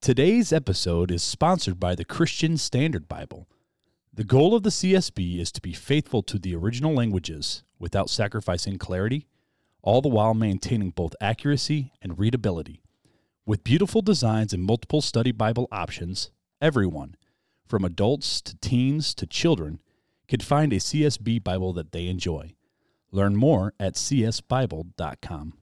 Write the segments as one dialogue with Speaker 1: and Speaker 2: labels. Speaker 1: Today's episode is sponsored by the Christian Standard Bible. The goal of the CSB is to be faithful to the original languages without sacrificing clarity, all the while maintaining both accuracy and readability. With beautiful designs and multiple study Bible options, everyone, from adults to teens to children, can find a CSB Bible that they enjoy. Learn more at csbible.com.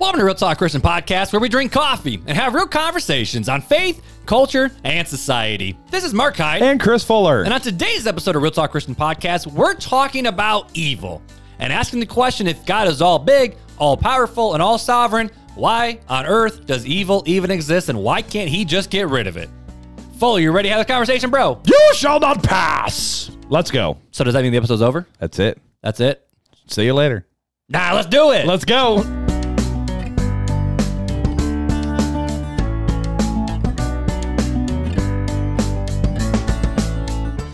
Speaker 2: Welcome to Real Talk Christian Podcast, where we drink coffee and have real conversations on faith, culture, and society. This is Mark Hyde,
Speaker 1: And Chris Fuller.
Speaker 2: and on today's episode of Real Talk Christian Podcast, we're talking about evil and asking the question if God is all big, all powerful, and all sovereign, why on earth does evil even exist and why can't he just get rid of it? Fuller, you ready to have a conversation, bro?
Speaker 1: You shall not pass. Let's go.
Speaker 2: So, does that mean the episode's over?
Speaker 1: That's it.
Speaker 2: That's it?
Speaker 1: See you later.
Speaker 2: Nah, let's do it.
Speaker 1: Let's go.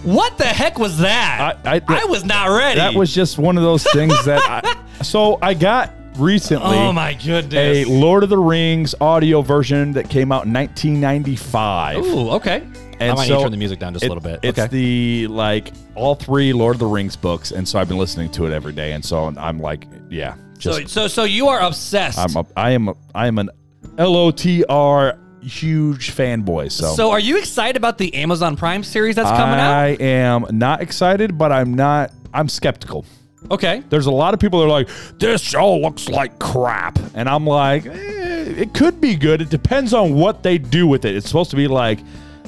Speaker 2: what the heck was that?
Speaker 3: I- I-
Speaker 2: was not ready.
Speaker 3: That was just one of those things that I. So I got recently
Speaker 2: Oh my
Speaker 3: a
Speaker 2: goodness.
Speaker 3: Lord of the Rings audio version that came out in 1995.
Speaker 2: Ooh, okay. I
Speaker 3: And
Speaker 2: might need
Speaker 3: so
Speaker 2: to turn the music down just
Speaker 3: It-
Speaker 2: a little bit.
Speaker 3: It's
Speaker 2: okay.
Speaker 3: the like all three Lord of the Rings books, and so I've been listening to it every day, and so I'm like, yeah, just
Speaker 2: so, so, so you are obsessed.
Speaker 3: I'm a, I am a, I am an L O T R huge fanboy. So
Speaker 2: so, are you excited about the Amazon Prime series that's coming out?
Speaker 3: I am not excited, but I'm not. I'm skeptical.
Speaker 2: Okay.
Speaker 3: There's a lot of people that are like, this show looks like crap. And I'm like, eh, it could be good. It depends on what they do with it. It's supposed to be like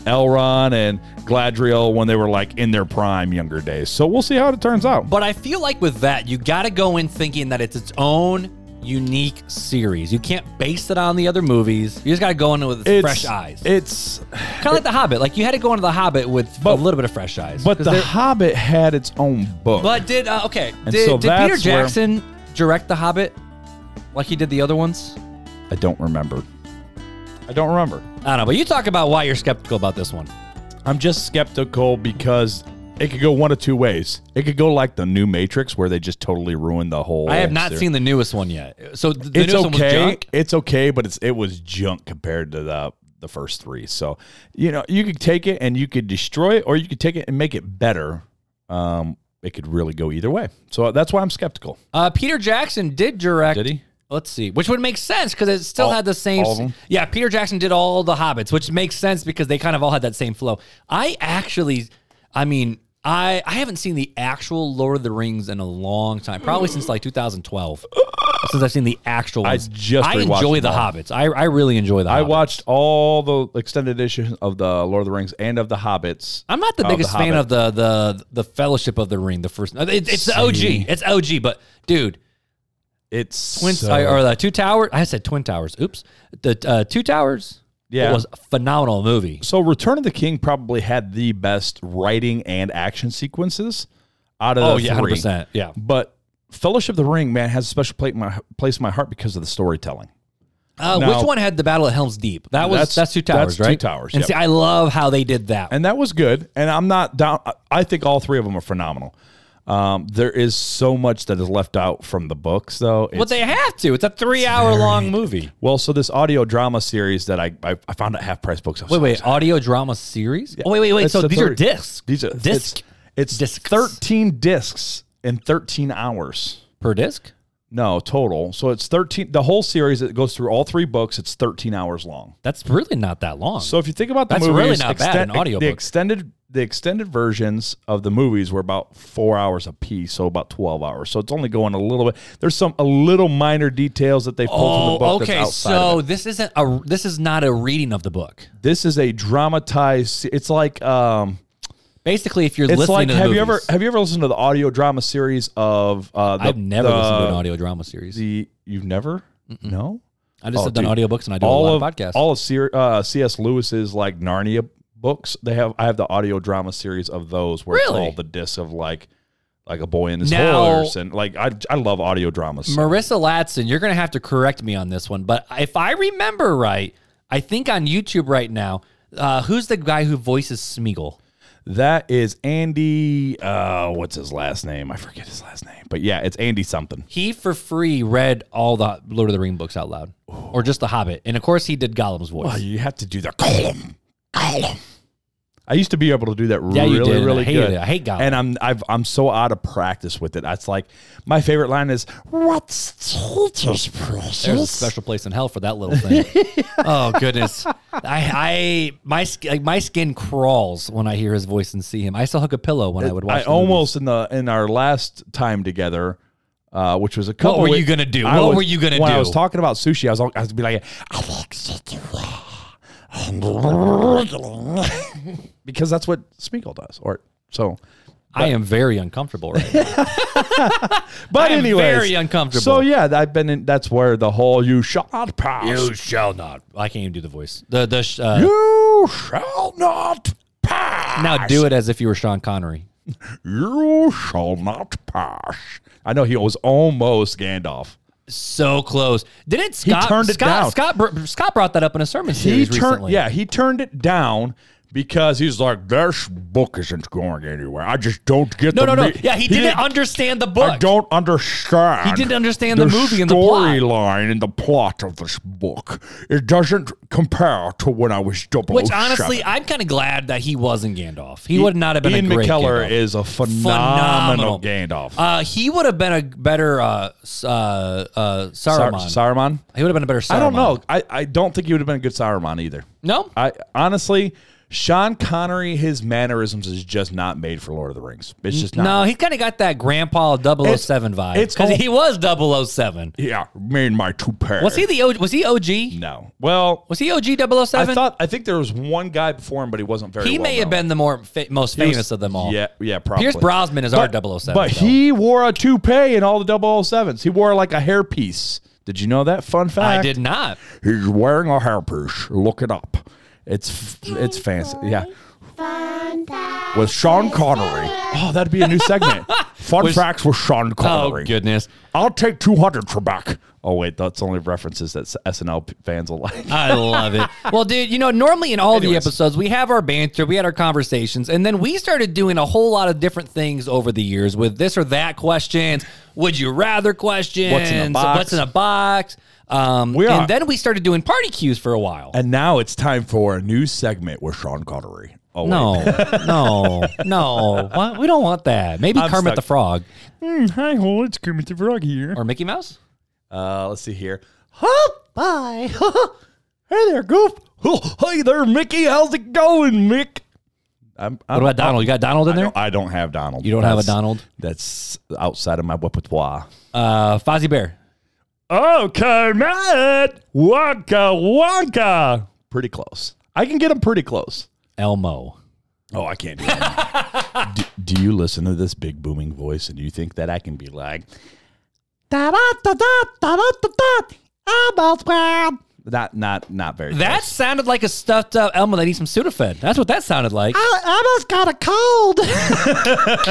Speaker 3: Elrond and Gladriel when they were like in their prime younger days. So we'll see how it turns out.
Speaker 2: But I feel like with that, you got to go in thinking that it's its own unique series. You can't base it on the other movies. You just got to go in with
Speaker 3: It's,
Speaker 2: fresh eyes.
Speaker 3: It's,
Speaker 2: Kind of like The Hobbit. Like, you had to go into The Hobbit with a little bit of fresh eyes.
Speaker 3: but
Speaker 2: 'Cause
Speaker 3: The
Speaker 2: they're-
Speaker 3: Hobbit had its own book.
Speaker 2: But did, uh, okay. Did,
Speaker 3: so
Speaker 2: did Peter
Speaker 3: that's where-
Speaker 2: Jackson direct The Hobbit like he did the other ones?
Speaker 3: I don't remember. I don't remember.
Speaker 2: I don't know. But you talk about why you're skeptical about this one.
Speaker 3: I'm just skeptical because it could go one of two ways. It could go like the new Matrix where they just totally ruined the whole.
Speaker 2: I have not
Speaker 3: series.
Speaker 2: seen the newest one yet. So, th- the
Speaker 3: it's
Speaker 2: newest one was
Speaker 3: okay.
Speaker 2: junk.
Speaker 3: It's okay, but it's it was junk compared to the the first three. So you know you could take it and you could destroy it, or you could take it and make it better. Um, it could really go either way. So that's why I'm skeptical.
Speaker 2: Uh, Peter Jackson did direct.
Speaker 3: Did he?
Speaker 2: Let's see, which would make sense because it still
Speaker 3: All-
Speaker 2: had the same.
Speaker 3: all of them?
Speaker 2: Yeah, Peter Jackson did all the Hobbits, which makes sense because they kind of all had that same flow. I actually, I mean, I I haven't seen the actual Lord of the Rings in a long time, probably since like 2012. Since I've seen the actual ones,
Speaker 3: just
Speaker 2: I
Speaker 3: rewatched
Speaker 2: enjoy the
Speaker 3: them all.
Speaker 2: Hobbits. I, I really enjoy the.
Speaker 3: I
Speaker 2: Hobbits.
Speaker 3: watched all the extended edition of the Lord of the Rings and of the Hobbits.
Speaker 2: I'm not the
Speaker 3: of The
Speaker 2: biggest fan
Speaker 3: Hobbit.
Speaker 2: of the the the Fellowship of the Ring. The first, it, it's the
Speaker 3: See.
Speaker 2: OG. It's OG, but dude,
Speaker 3: It's
Speaker 2: Twin
Speaker 3: so-
Speaker 2: I- or the Two Towers. I said Twin Towers. Oops, the uh, Two Towers.
Speaker 3: Yeah.
Speaker 2: it was a phenomenal movie.
Speaker 3: So Return of the King probably had the best writing and action sequences out of
Speaker 2: Oh
Speaker 3: the
Speaker 2: yeah, hundred
Speaker 3: three.
Speaker 2: percent. Yeah,
Speaker 3: But Fellowship of the Ring, man, has a special place in my, place in my heart because of the storytelling.
Speaker 2: uh,
Speaker 3: Now-
Speaker 2: which one had the Battle at Helm's Deep? That was that's,
Speaker 3: That's-
Speaker 2: Two
Speaker 3: that's
Speaker 2: Towers,
Speaker 3: Two
Speaker 2: right?
Speaker 3: Towers,
Speaker 2: And
Speaker 3: yep.
Speaker 2: see, I love how they did that.
Speaker 3: and that was good. And I'm not down. I- I think all three of them are phenomenal. Um, there is so much that is left out from the books, though.
Speaker 2: but
Speaker 3: It's,
Speaker 2: they have to. It's a three-hour-long movie.
Speaker 3: well, so this audio drama series that I I, I found at half price books. I was
Speaker 2: Wait,
Speaker 3: so
Speaker 2: wait,
Speaker 3: upset.
Speaker 2: audio drama series? Oh, wait, wait, wait.
Speaker 3: It's
Speaker 2: So
Speaker 3: the
Speaker 2: these are
Speaker 3: third-
Speaker 2: discs.
Speaker 3: These are
Speaker 2: discs
Speaker 3: It's, it's
Speaker 2: Discs.
Speaker 3: 13 discs in 13 hours.
Speaker 2: per disc.
Speaker 3: No total. So it's 13. The whole series it goes through all three books. It's 13 hours long.
Speaker 2: That's really not that long.
Speaker 3: So if you think about the
Speaker 2: That's
Speaker 3: movies,
Speaker 2: really not bad, an audiobook.
Speaker 3: the extended the extended versions of the movies were about four hours a piece, so about twelve hours. So it's only going a little bit. There's some a little minor details that they pulled from the
Speaker 2: oh,
Speaker 3: book.
Speaker 2: okay.
Speaker 3: That's outside of
Speaker 2: So
Speaker 3: it.
Speaker 2: this isn't a this is not a reading of the book.
Speaker 3: this is a dramatized. se- It's like um,
Speaker 2: Basically, if you're
Speaker 3: it's
Speaker 2: listening
Speaker 3: like
Speaker 2: to the
Speaker 3: have you ever
Speaker 2: movies-
Speaker 3: have you ever listened to the audio drama series of uh? The,
Speaker 2: I've never
Speaker 3: the,
Speaker 2: listened to an audio drama series.
Speaker 3: The you've never no.
Speaker 2: I just
Speaker 3: Oh,
Speaker 2: have done
Speaker 3: dude.
Speaker 2: audiobooks and I do a lot of, podcasts.
Speaker 3: All of Sear- uh, C.S. Lewis's like Narnia books, they have. I have the audio drama series of those where
Speaker 2: Really?
Speaker 3: it's all the discs of like like a boy in his
Speaker 2: Now-
Speaker 3: horse, and like I, I love audio dramas. so-
Speaker 2: Marissa Latson, you're going to have to correct me on this one, but if I remember right, I think on YouTube right now, uh, who's the guy who voices Smeagol?
Speaker 3: that is Andy. Uh, what's his last name? I forget his last name, but yeah, it's Andy something.
Speaker 2: He for free read all the Lord of the Ring books out loud, or just The Hobbit, and of course he did Gollum's voice.
Speaker 3: Oh, you have to do the column, column. I used to be able to do that
Speaker 2: Yeah, you
Speaker 3: really,
Speaker 2: did.
Speaker 3: really
Speaker 2: I hated
Speaker 3: good.
Speaker 2: it. I hate Gollum.
Speaker 3: and I'm I've, I'm so out of practice with it. That's like my favorite line is "What's teacher's
Speaker 2: There's a
Speaker 3: precious?"
Speaker 2: special place in hell for that little thing. oh goodness, I, I my sk- like my skin crawls when I hear his voice and see him. I still hug a pillow when I would watch.
Speaker 3: I
Speaker 2: the movies.
Speaker 3: almost in the in our last time together, uh, which was a couple.
Speaker 2: were you
Speaker 3: weeks-
Speaker 2: gonna do?
Speaker 3: I
Speaker 2: What
Speaker 3: was-
Speaker 2: were you gonna
Speaker 3: when I
Speaker 2: do?
Speaker 3: was talking about sushi, I was all, I was be like, I like sushi raw and because that's what Smeagol does, or so.
Speaker 2: I am very uncomfortable right now.
Speaker 3: But
Speaker 2: I am
Speaker 3: anyway,
Speaker 2: very uncomfortable.
Speaker 3: So yeah, I've been. In, that's where the whole you shall not pass.
Speaker 2: shall not. I can't even do the voice. The the sh- uh,
Speaker 3: You shall not pass.
Speaker 2: now do it as if you were Sean Connery.
Speaker 3: You shall not pass. I know he was almost Gandalf.
Speaker 2: So close. Didn't Scott
Speaker 3: turned it
Speaker 2: Scott,
Speaker 3: down.
Speaker 2: Scott br- Scott brought that up in a sermon series
Speaker 3: turned,
Speaker 2: recently.
Speaker 3: yeah, he turned it down because he was like, "This book isn't going anywhere. I just don't get
Speaker 2: No,
Speaker 3: the
Speaker 2: no, no.
Speaker 3: me-
Speaker 2: Yeah, he, didn't understand the book.
Speaker 3: I don't understand.
Speaker 2: He didn't understand the movie and the plot.
Speaker 3: storyline and the plot of this book. It doesn't compare to when I was double.
Speaker 2: Which honestly, I'm kind of glad that he wasn't Gandalf. He, would not have been
Speaker 3: Oh, Ian
Speaker 2: a great
Speaker 3: McKellar
Speaker 2: Gandalf.
Speaker 3: is a phenomenal, Gandalf.
Speaker 2: Uh, he would have been a better uh, s- uh, uh,
Speaker 3: Sar-
Speaker 2: Saruman.
Speaker 3: Saruman.
Speaker 2: he would have been a better Saruman.
Speaker 3: I don't know. I, I don't think he would have been a good Saruman either.
Speaker 2: No?
Speaker 3: I honestly, Sean Connery, his mannerisms is just not made for Lord of the Rings. It's just not.
Speaker 2: No, he kind of got that grandpa 007 vibe.
Speaker 3: it's
Speaker 2: Because
Speaker 3: all-
Speaker 2: he was 007.
Speaker 3: Yeah, me and my two pairs.
Speaker 2: Was he the O Was he OG?
Speaker 3: No. Well,
Speaker 2: Was he OG 007?
Speaker 3: I thought I think there was one guy before him, but he wasn't very.
Speaker 2: he may
Speaker 3: well
Speaker 2: have
Speaker 3: known.
Speaker 2: been the more fa- most
Speaker 3: He
Speaker 2: famous
Speaker 3: was-
Speaker 2: of them all.
Speaker 3: Yeah, yeah, probably.
Speaker 2: Pierce Brosnan is
Speaker 3: but,
Speaker 2: our 007.
Speaker 3: But
Speaker 2: though.
Speaker 3: he wore a toupee in all the 007s. He wore like a hairpiece. Did you know that? Fun fact.
Speaker 2: I did not.
Speaker 3: He's wearing a hairpiece. Look it up. It's f- it's fancy. Yeah. With Sean Connery. Oh, that'd be a new segment. Fun facts with Sean
Speaker 2: Oh,
Speaker 3: Connery.
Speaker 2: goodness.
Speaker 3: I'll take 200 Trebek. Oh, wait, that's only references that s- SNL p- fans will like.
Speaker 2: I love it. Well, dude, you know, normally in all the
Speaker 3: Anyways.
Speaker 2: episodes, we have our banter, we had our conversations, and then we started doing a whole lot of different things over the years with this or that questions, would you rather questions,
Speaker 3: box?
Speaker 2: what's in a box. Um,
Speaker 3: We
Speaker 2: and
Speaker 3: are-
Speaker 2: then we started doing party cues for a while.
Speaker 3: And now it's time for a new segment with Sean Connery. Oh, wait.
Speaker 2: No, no, no. What? We don't want that. Maybe
Speaker 3: I'm
Speaker 2: Kermit
Speaker 3: stuck.
Speaker 2: the Frog
Speaker 3: Hmm, hi, ho, it's Kermit the Frog here.
Speaker 2: or Mickey Mouse.
Speaker 3: Uh, let's see here. Oh, bye. hey there, Goof. Oh, hey there, Mickey. How's it going, Mick? I'm, I'm,
Speaker 2: What about Donald? You got Donald in
Speaker 3: I
Speaker 2: there?
Speaker 3: don't, I don't have Donald.
Speaker 2: You don't have a
Speaker 3: That's-
Speaker 2: Donald?
Speaker 3: That's outside of my repertoire.
Speaker 2: Uh, Fozzie Bear.
Speaker 3: Okay, Matt. Wonka, wonka. Pretty close. I can get him pretty close.
Speaker 2: Elmo.
Speaker 3: Oh, I can't do that. do, do you listen to this big booming voice and you think that I can be like, da da da da da da da da, Elmo Squad? Not, not, not very.
Speaker 2: That sounded like a stuffed up Elmo that needs some Sudafed. That's what that sounded like.
Speaker 3: I almost got a cold.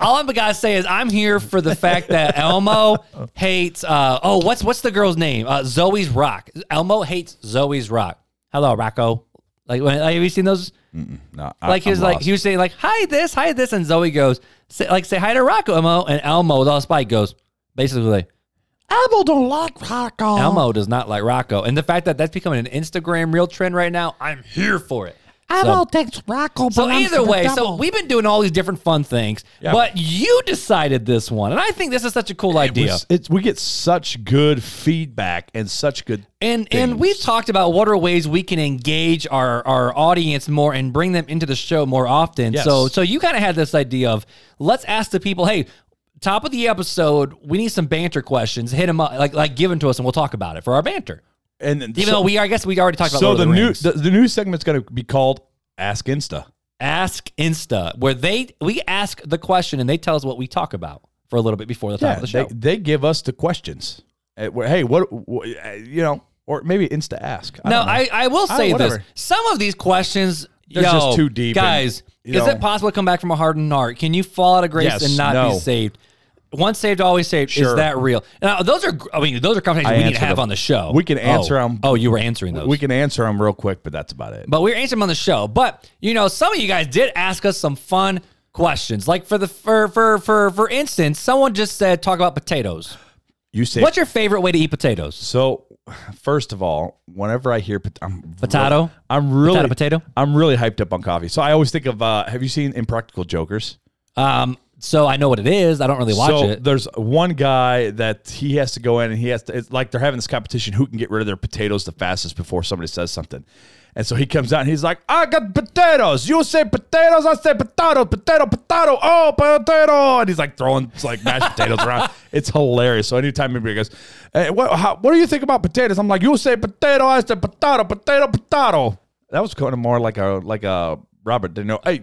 Speaker 2: All I'm gotta say is I'm here for the fact that Elmo hates. Uh, oh, what's what's the girl's name? Uh, Zoe's Rock. Elmo hates Zoe's Rock. Hello, Rocco. Like, when, like, have you seen those?
Speaker 3: no,
Speaker 2: Like he was like he was saying like hi this hi this and Zoe goes say, like say hi to Rocco Elmo and Elmo with all spike goes basically like
Speaker 3: Elmo don't like Rocco.
Speaker 2: Elmo does not like Rocco and the fact that that's becoming an Instagram real trend right now I'm here for it.
Speaker 4: Elmo thinks Rocco
Speaker 2: So
Speaker 4: belongs
Speaker 2: either
Speaker 4: to the
Speaker 2: way, so
Speaker 4: devil.
Speaker 2: we've been doing all these different fun things, but you decided this one, and I think this is such a cool idea.
Speaker 3: It's, it's, we get such good feedback and such good.
Speaker 2: and and we've talked about what are ways we can engage our our audience more and bring them into the show more often.
Speaker 3: Yes.
Speaker 2: So so you kind of had this idea of let's ask the people, hey. Top of the episode, we need some banter questions. Hit them up, like like give them to us, and we'll talk about it for our banter.
Speaker 3: And then-
Speaker 2: Even
Speaker 3: so,
Speaker 2: though we, I guess, we already talked about.
Speaker 3: so
Speaker 2: Lord
Speaker 3: the
Speaker 2: of the
Speaker 3: new
Speaker 2: Rings.
Speaker 3: the, the new segment's going to be called Ask Insta.
Speaker 2: Ask Insta, where they we ask the question and they tell us what we talk about for a little bit before the top
Speaker 3: Yeah,
Speaker 2: of the show.
Speaker 3: They, they give us the questions. Uh, wh- Hey, what, wh- uh, you know, or maybe Insta ask. I
Speaker 2: No,
Speaker 3: don't know.
Speaker 2: I, I will
Speaker 3: Ah,
Speaker 2: say this.
Speaker 3: whatever.
Speaker 2: Some of these questions
Speaker 3: They're just too deep and,
Speaker 2: Guys,
Speaker 3: you
Speaker 2: is
Speaker 3: know.
Speaker 2: it possible to come back from a hardened heart? Can you fall out of grace
Speaker 3: Yes,
Speaker 2: and not
Speaker 3: no.
Speaker 2: be saved? Once saved, always saved. Is
Speaker 3: Sure.
Speaker 2: that real? Now, those are, I mean, those are conversations
Speaker 3: I
Speaker 2: we need to
Speaker 3: answered
Speaker 2: have
Speaker 3: them.
Speaker 2: on the show.
Speaker 3: We can answer
Speaker 2: oh.
Speaker 3: 'em.
Speaker 2: Oh, you were answering those.
Speaker 3: We can answer them real quick, but that's about it.
Speaker 2: but we were answering them on the show. But you know, some of you guys did ask us some fun questions. Like for the for for for for instance, someone just said talk about potatoes.
Speaker 3: You say
Speaker 2: What's your favorite way to eat potatoes?
Speaker 3: So, first of all, whenever I hear pot- I'm
Speaker 2: Potato?
Speaker 3: I'm really
Speaker 2: Potato, potato?
Speaker 3: I'm really hyped up on coffee. So I always think of uh, Have you seen Impractical Jokers?
Speaker 2: Um, so I know what it is. I don't really watch
Speaker 3: so
Speaker 2: it.
Speaker 3: there's one guy that he has to go in and he has to. It's like they're having this competition who can get rid of their potatoes the fastest before somebody says something. And so he comes out and he's like, "I got potatoes. You say potatoes. I say potato, potato, potato. Oh, potato!" And he's like throwing like mashed potatoes around. It's hilarious. So anytime anybody goes, hey, what, how, "What do you think about potatoes?" I'm like, "You say potato. I say potato, potato, potato." That was kind of more like a like a Robert De Niro. Hey,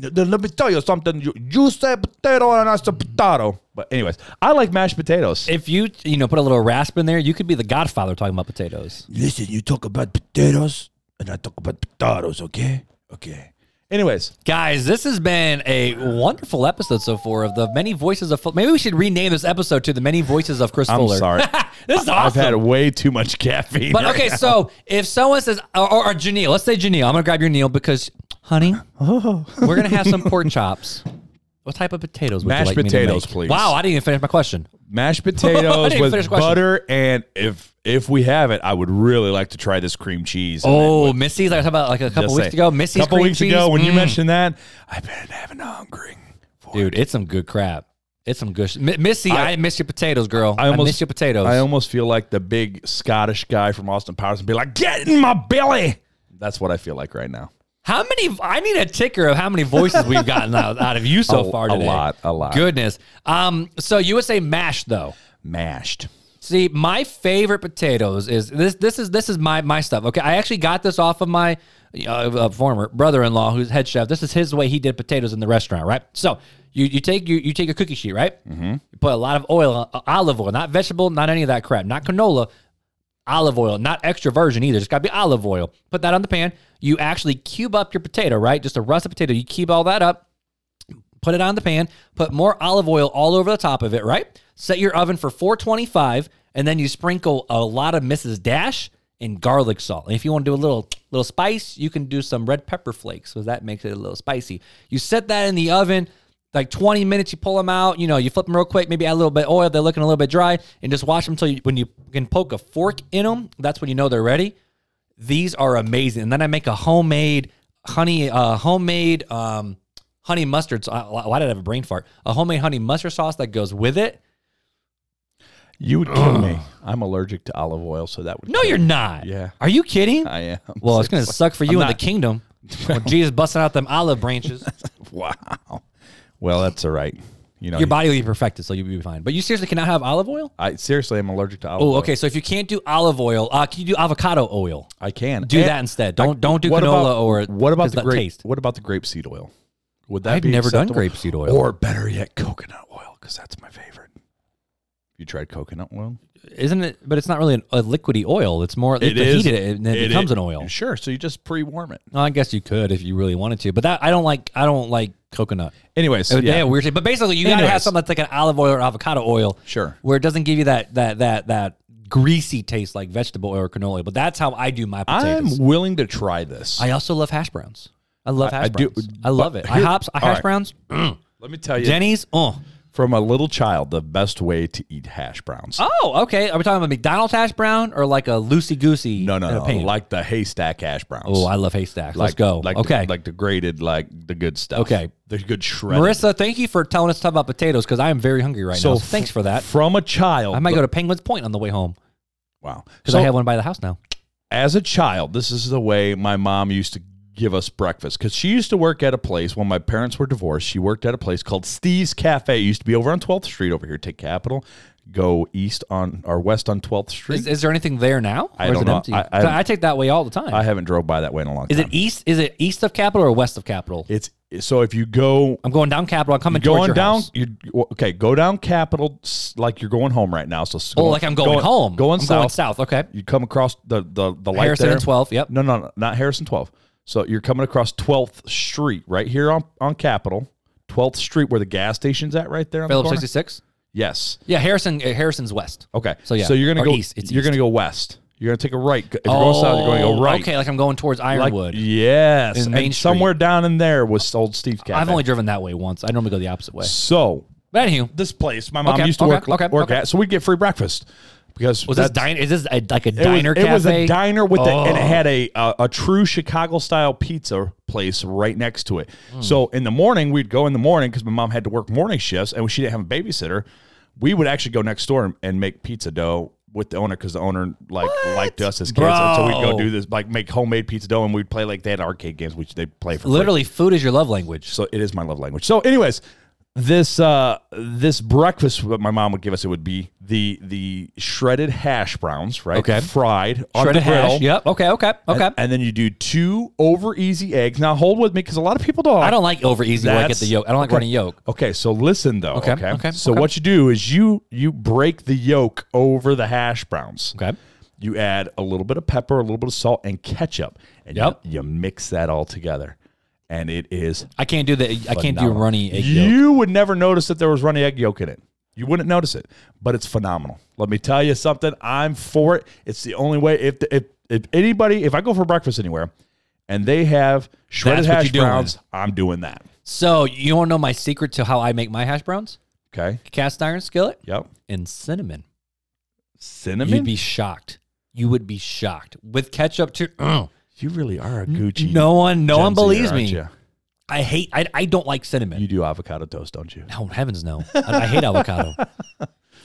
Speaker 3: then let me tell you something. You, you say potato and I said potato. But anyways, I like mashed potatoes.
Speaker 2: if you you know put a little rasp in there, you could be the Godfather talking about potatoes.
Speaker 3: Listen, you talk about potatoes and I talk about potatoes. Okay, okay. Anyways,
Speaker 2: Guys, this has been a wonderful episode so far of the many voices of. Fo- Maybe we should rename this episode to the many voices of Chris
Speaker 3: I'm
Speaker 2: Fuller.
Speaker 3: sorry.
Speaker 2: this is awesome.
Speaker 3: I've had way too much caffeine.
Speaker 2: But
Speaker 3: right
Speaker 2: okay,
Speaker 3: now.
Speaker 2: so if someone says, or, or, or Janelle, let's say Janelle, I'm gonna grab your Neil because, honey,
Speaker 3: Oh.
Speaker 2: we're gonna have some pork chops. What type of potatoes would
Speaker 3: Mashed
Speaker 2: you like me
Speaker 3: potatoes,
Speaker 2: to make?
Speaker 3: please.
Speaker 2: Wow, I didn't even finish my question.
Speaker 3: mashed
Speaker 2: I didn't
Speaker 3: potatoes
Speaker 2: finish the
Speaker 3: with
Speaker 2: question.
Speaker 3: butter, and if if we have it, I would really like to try this cream cheese. and then
Speaker 2: Oh, Missy's. I talked about like a
Speaker 3: just
Speaker 2: couple weeks
Speaker 3: say-
Speaker 2: ago. Missy's
Speaker 3: couple
Speaker 2: cream
Speaker 3: weeks
Speaker 2: cheese.
Speaker 3: ago when you
Speaker 2: Mm.
Speaker 3: mentioned that, I've been having a hungering. for
Speaker 2: dude, it's some good crap. It's some good. Sh- Mi- Missy, I, miss your potatoes, girl. I, miss your potatoes.
Speaker 3: I almost feel like the big Scottish guy from Austin Powers and be like, "Get in my belly." That's what I feel like right now.
Speaker 2: How many? I need a ticker of how many voices we've gotten out, out of you so
Speaker 3: A-
Speaker 2: far
Speaker 3: a
Speaker 2: today.
Speaker 3: lot, a lot.
Speaker 2: Goodness. Um. So you would say mash though.
Speaker 3: Mashed.
Speaker 2: See, my favorite potatoes is this. This is this is my my stuff. Okay, I actually got this off of my uh, uh, former brother-in-law, who's head chef. This is his way he did potatoes in the restaurant, right? So you you take you you take your cookie sheet, right? Mm-hmm. You put a lot of oil, uh, olive oil, not vegetable, not any of that crap, not canola, olive oil, not extra virgin either. It's got to be olive oil. Put that on the pan. You actually cube up your potato, right? Just a russet potato. You cube all that up put it on the pan, put more olive oil all over the top of it, right? Set your oven for 425, and then you sprinkle a lot of Mrs. Dash and garlic salt. And if you want to do a little little spice, you can do some red pepper flakes, so that makes it a little spicy. You set that in the oven. Like 20 minutes, you pull them out. You know, you flip them real quick. Maybe add a little bit of oil. They're looking a little bit dry, and just watch them until you, when you can poke a fork in them. That's when you know they're ready these are amazing. And then I make a homemade honey, uh, homemade um, honey mustard. So- uh, Why did I have a brain fart? A homemade honey mustard sauce that goes with it.
Speaker 3: You would kill me. I'm allergic to olive oil, so that would.
Speaker 2: No,
Speaker 3: kill
Speaker 2: you're
Speaker 3: me.
Speaker 2: not.
Speaker 3: Yeah.
Speaker 2: Are you kidding?
Speaker 3: I am.
Speaker 2: well, it's gonna suck for you
Speaker 3: I'm
Speaker 2: in the
Speaker 3: not-
Speaker 2: kingdom. when Jesus busting out them olive branches,
Speaker 3: Wow. Well, that's all right. You know,
Speaker 2: your body will be perfected, so you'll be fine. But you seriously cannot have olive oil.
Speaker 3: I seriously am allergic to olive
Speaker 2: Oh,
Speaker 3: oil.
Speaker 2: okay. So if you can't do olive oil, uh, can you do avocado oil?
Speaker 3: I can
Speaker 2: Do that instead. Don't don't do
Speaker 3: Eh, What
Speaker 2: canola
Speaker 3: about,
Speaker 2: or
Speaker 3: what about
Speaker 2: 'cause
Speaker 3: the
Speaker 2: that
Speaker 3: grape?
Speaker 2: taste.
Speaker 3: What about the grapeseed oil? Would that
Speaker 2: I've
Speaker 3: be
Speaker 2: never done
Speaker 3: acceptable?
Speaker 2: grapeseed oil.
Speaker 3: or better yet, coconut oil, because that's my favorite. You tried coconut oil?
Speaker 2: Isn't it? But it's not really an, a liquidy oil. It's more you have to heat it and then it, becomes
Speaker 3: is-
Speaker 2: an oil.
Speaker 3: Sure. So you just pre-warm it.
Speaker 2: Well, I guess you could if you really wanted to, but that I don't like. I don't like coconut.
Speaker 3: Anyways,
Speaker 2: It would-
Speaker 3: yeah.
Speaker 2: yeah, weird. But basically, you gotta have
Speaker 3: Anyways.
Speaker 2: something that's like an olive oil or avocado oil,
Speaker 3: Sure.
Speaker 2: where it doesn't give you that that that that greasy taste like vegetable oil or canola. oil. But that's how I do my
Speaker 3: I'm
Speaker 2: potatoes.
Speaker 3: willing to try this.
Speaker 2: i also love hash browns. I love
Speaker 3: I-
Speaker 2: hash
Speaker 3: I do-
Speaker 2: browns. I love
Speaker 3: but
Speaker 2: it.
Speaker 3: here-
Speaker 2: I hops. I
Speaker 3: all
Speaker 2: hash
Speaker 3: right.
Speaker 2: browns.
Speaker 3: Let me tell you,
Speaker 2: Denny's. Oh.
Speaker 3: from a little child, the best way to eat hash browns.
Speaker 2: Oh, okay. Are we talking about McDonald's hash brown or like a loosey goosey?
Speaker 3: no, no, no. Like the haystack hash browns.
Speaker 2: oh, I love haystacks.
Speaker 3: like,
Speaker 2: Let's go.
Speaker 3: Like
Speaker 2: okay.
Speaker 3: the, like the graded, like the good stuff.
Speaker 2: Okay.
Speaker 3: the good shredded.
Speaker 2: Marissa, thank you for telling us stuff about potatoes because I am very hungry right now. So
Speaker 3: f-
Speaker 2: thanks for that.
Speaker 3: From a child,
Speaker 2: I might go to Penguins Point on the way home
Speaker 3: wow.
Speaker 2: because
Speaker 3: So
Speaker 2: I have one by the house now.
Speaker 3: as a child, this is the way my mom used to give us breakfast because she used to work at a place when my parents were divorced. She worked at a place called Steve's Cafe. It used to be over on 12th Street over here. Take Capital, go east on or west on 12th Street.
Speaker 2: Is, is there anything there now?
Speaker 3: I
Speaker 2: or is
Speaker 3: don't
Speaker 2: it
Speaker 3: know.
Speaker 2: empty?
Speaker 3: I-
Speaker 2: 'Cause I,
Speaker 3: I-
Speaker 2: take that way all the time.
Speaker 3: I haven't drove by that way in a long
Speaker 2: is
Speaker 3: time.
Speaker 2: it east? Is it east of Capitol or west of Capitol?
Speaker 3: It's so if you go
Speaker 2: I'm going down Capitol. I'm coming towards
Speaker 3: going
Speaker 2: your
Speaker 3: down.
Speaker 2: house.
Speaker 3: You okay? Go down Capitol s- like you're going home right now. So s-
Speaker 2: Oh, like I'm going, home.
Speaker 3: Going
Speaker 2: I'm
Speaker 3: south.
Speaker 2: Going south. Okay.
Speaker 3: You come across the the the light
Speaker 2: Harrison
Speaker 3: there.
Speaker 2: and 12. Yep.
Speaker 3: No, no, no, not Harrison 12. So you're coming across 12th Street right here on, on Capitol. 12th Street where the gas station's at right there on
Speaker 2: Phillips
Speaker 3: the corner.
Speaker 2: 66.
Speaker 3: Yes.
Speaker 2: Yeah, Harrison. uh, Harrison's west.
Speaker 3: Okay.
Speaker 2: So, yeah.
Speaker 3: So you're gonna
Speaker 2: Or
Speaker 3: go
Speaker 2: east. It's
Speaker 3: you're
Speaker 2: east. Oh,
Speaker 3: gonna go west. You're gonna take a right. If you're going south, you're gonna go right.
Speaker 2: Okay, like I'm going towards
Speaker 3: Like-
Speaker 2: Ironwood.
Speaker 3: yes.
Speaker 2: In
Speaker 3: and
Speaker 2: Main
Speaker 3: somewhere down in there was old Steve's cabin.
Speaker 2: I've only driven that way once. I normally go the opposite way.
Speaker 3: so
Speaker 2: But anywho,
Speaker 3: this place my mom
Speaker 2: Okay,
Speaker 3: used to
Speaker 2: okay,
Speaker 3: work
Speaker 2: okay,
Speaker 3: work
Speaker 2: okay.
Speaker 3: at, so we'd get free breakfast because
Speaker 2: was this
Speaker 3: that's-
Speaker 2: diner? Is this a, like a
Speaker 3: it was-
Speaker 2: diner
Speaker 3: It was
Speaker 2: cafe?
Speaker 3: a diner with the, and it
Speaker 2: Oh.
Speaker 3: had a, a a true Chicago style pizza place right next to it.
Speaker 2: Hmm.
Speaker 3: So in the morning we'd go in the morning because my mom had to work morning shifts and she didn't have a babysitter. We would actually go next door and, and make pizza dough with the owner because the owner like liked us as kids, and so we'd
Speaker 2: Bro.
Speaker 3: go do this like make homemade pizza dough and we'd play like they had arcade games which they play for free.
Speaker 2: Literally, food is your love language.
Speaker 3: So it is my love language. So, anyways, this uh this breakfast that my mom would give us it would be the the shredded hash browns, right?
Speaker 2: Okay.
Speaker 3: fried on
Speaker 2: Shredded
Speaker 3: the griddle.
Speaker 2: hash. Yep. Okay. Okay.
Speaker 3: And-
Speaker 2: Okay.
Speaker 3: And, then you do two over easy eggs. Now hold with me because a lot of people don't.
Speaker 2: I don't like over easy. Where I get the yolk. I don't like running yolk.
Speaker 3: Okay, so listen though.
Speaker 2: Okay,
Speaker 3: Okay.
Speaker 2: okay,
Speaker 3: So
Speaker 2: okay.
Speaker 3: what you do is you you break the yolk over the hash browns.
Speaker 2: Okay.
Speaker 3: You add a little bit of pepper, a little bit of salt, and ketchup, and you-
Speaker 2: Yep.
Speaker 3: you mix that all together, and it is
Speaker 2: I can't do that. I can't do
Speaker 3: phenomenal.
Speaker 2: runny egg yolk.
Speaker 3: You would never notice that there was runny egg yolk in it. You wouldn't notice it, but it's phenomenal. Let me tell you something. I'm for it. It's the only way. If the, if, if anybody, if I go for breakfast anywhere, and they have shredded
Speaker 2: That's what
Speaker 3: hash
Speaker 2: you're doing.
Speaker 3: browns, I'm doing that.
Speaker 2: So you want to know my secret to how I make my hash browns?
Speaker 3: Okay.
Speaker 2: Cast iron skillet
Speaker 3: Yep.
Speaker 2: and cinnamon.
Speaker 3: Cinnamon.
Speaker 2: You'd be shocked. You would be shocked with ketchup too. Ugh.
Speaker 3: You really are a Gucci.
Speaker 2: No one, no
Speaker 3: Oh, Gen
Speaker 2: one
Speaker 3: Zer,
Speaker 2: believes
Speaker 3: aren't
Speaker 2: me.
Speaker 3: ya?
Speaker 2: I hate. I, I don't like cinnamon.
Speaker 3: You do avocado toast, don't you?
Speaker 2: No, heavens no. I, I hate avocado.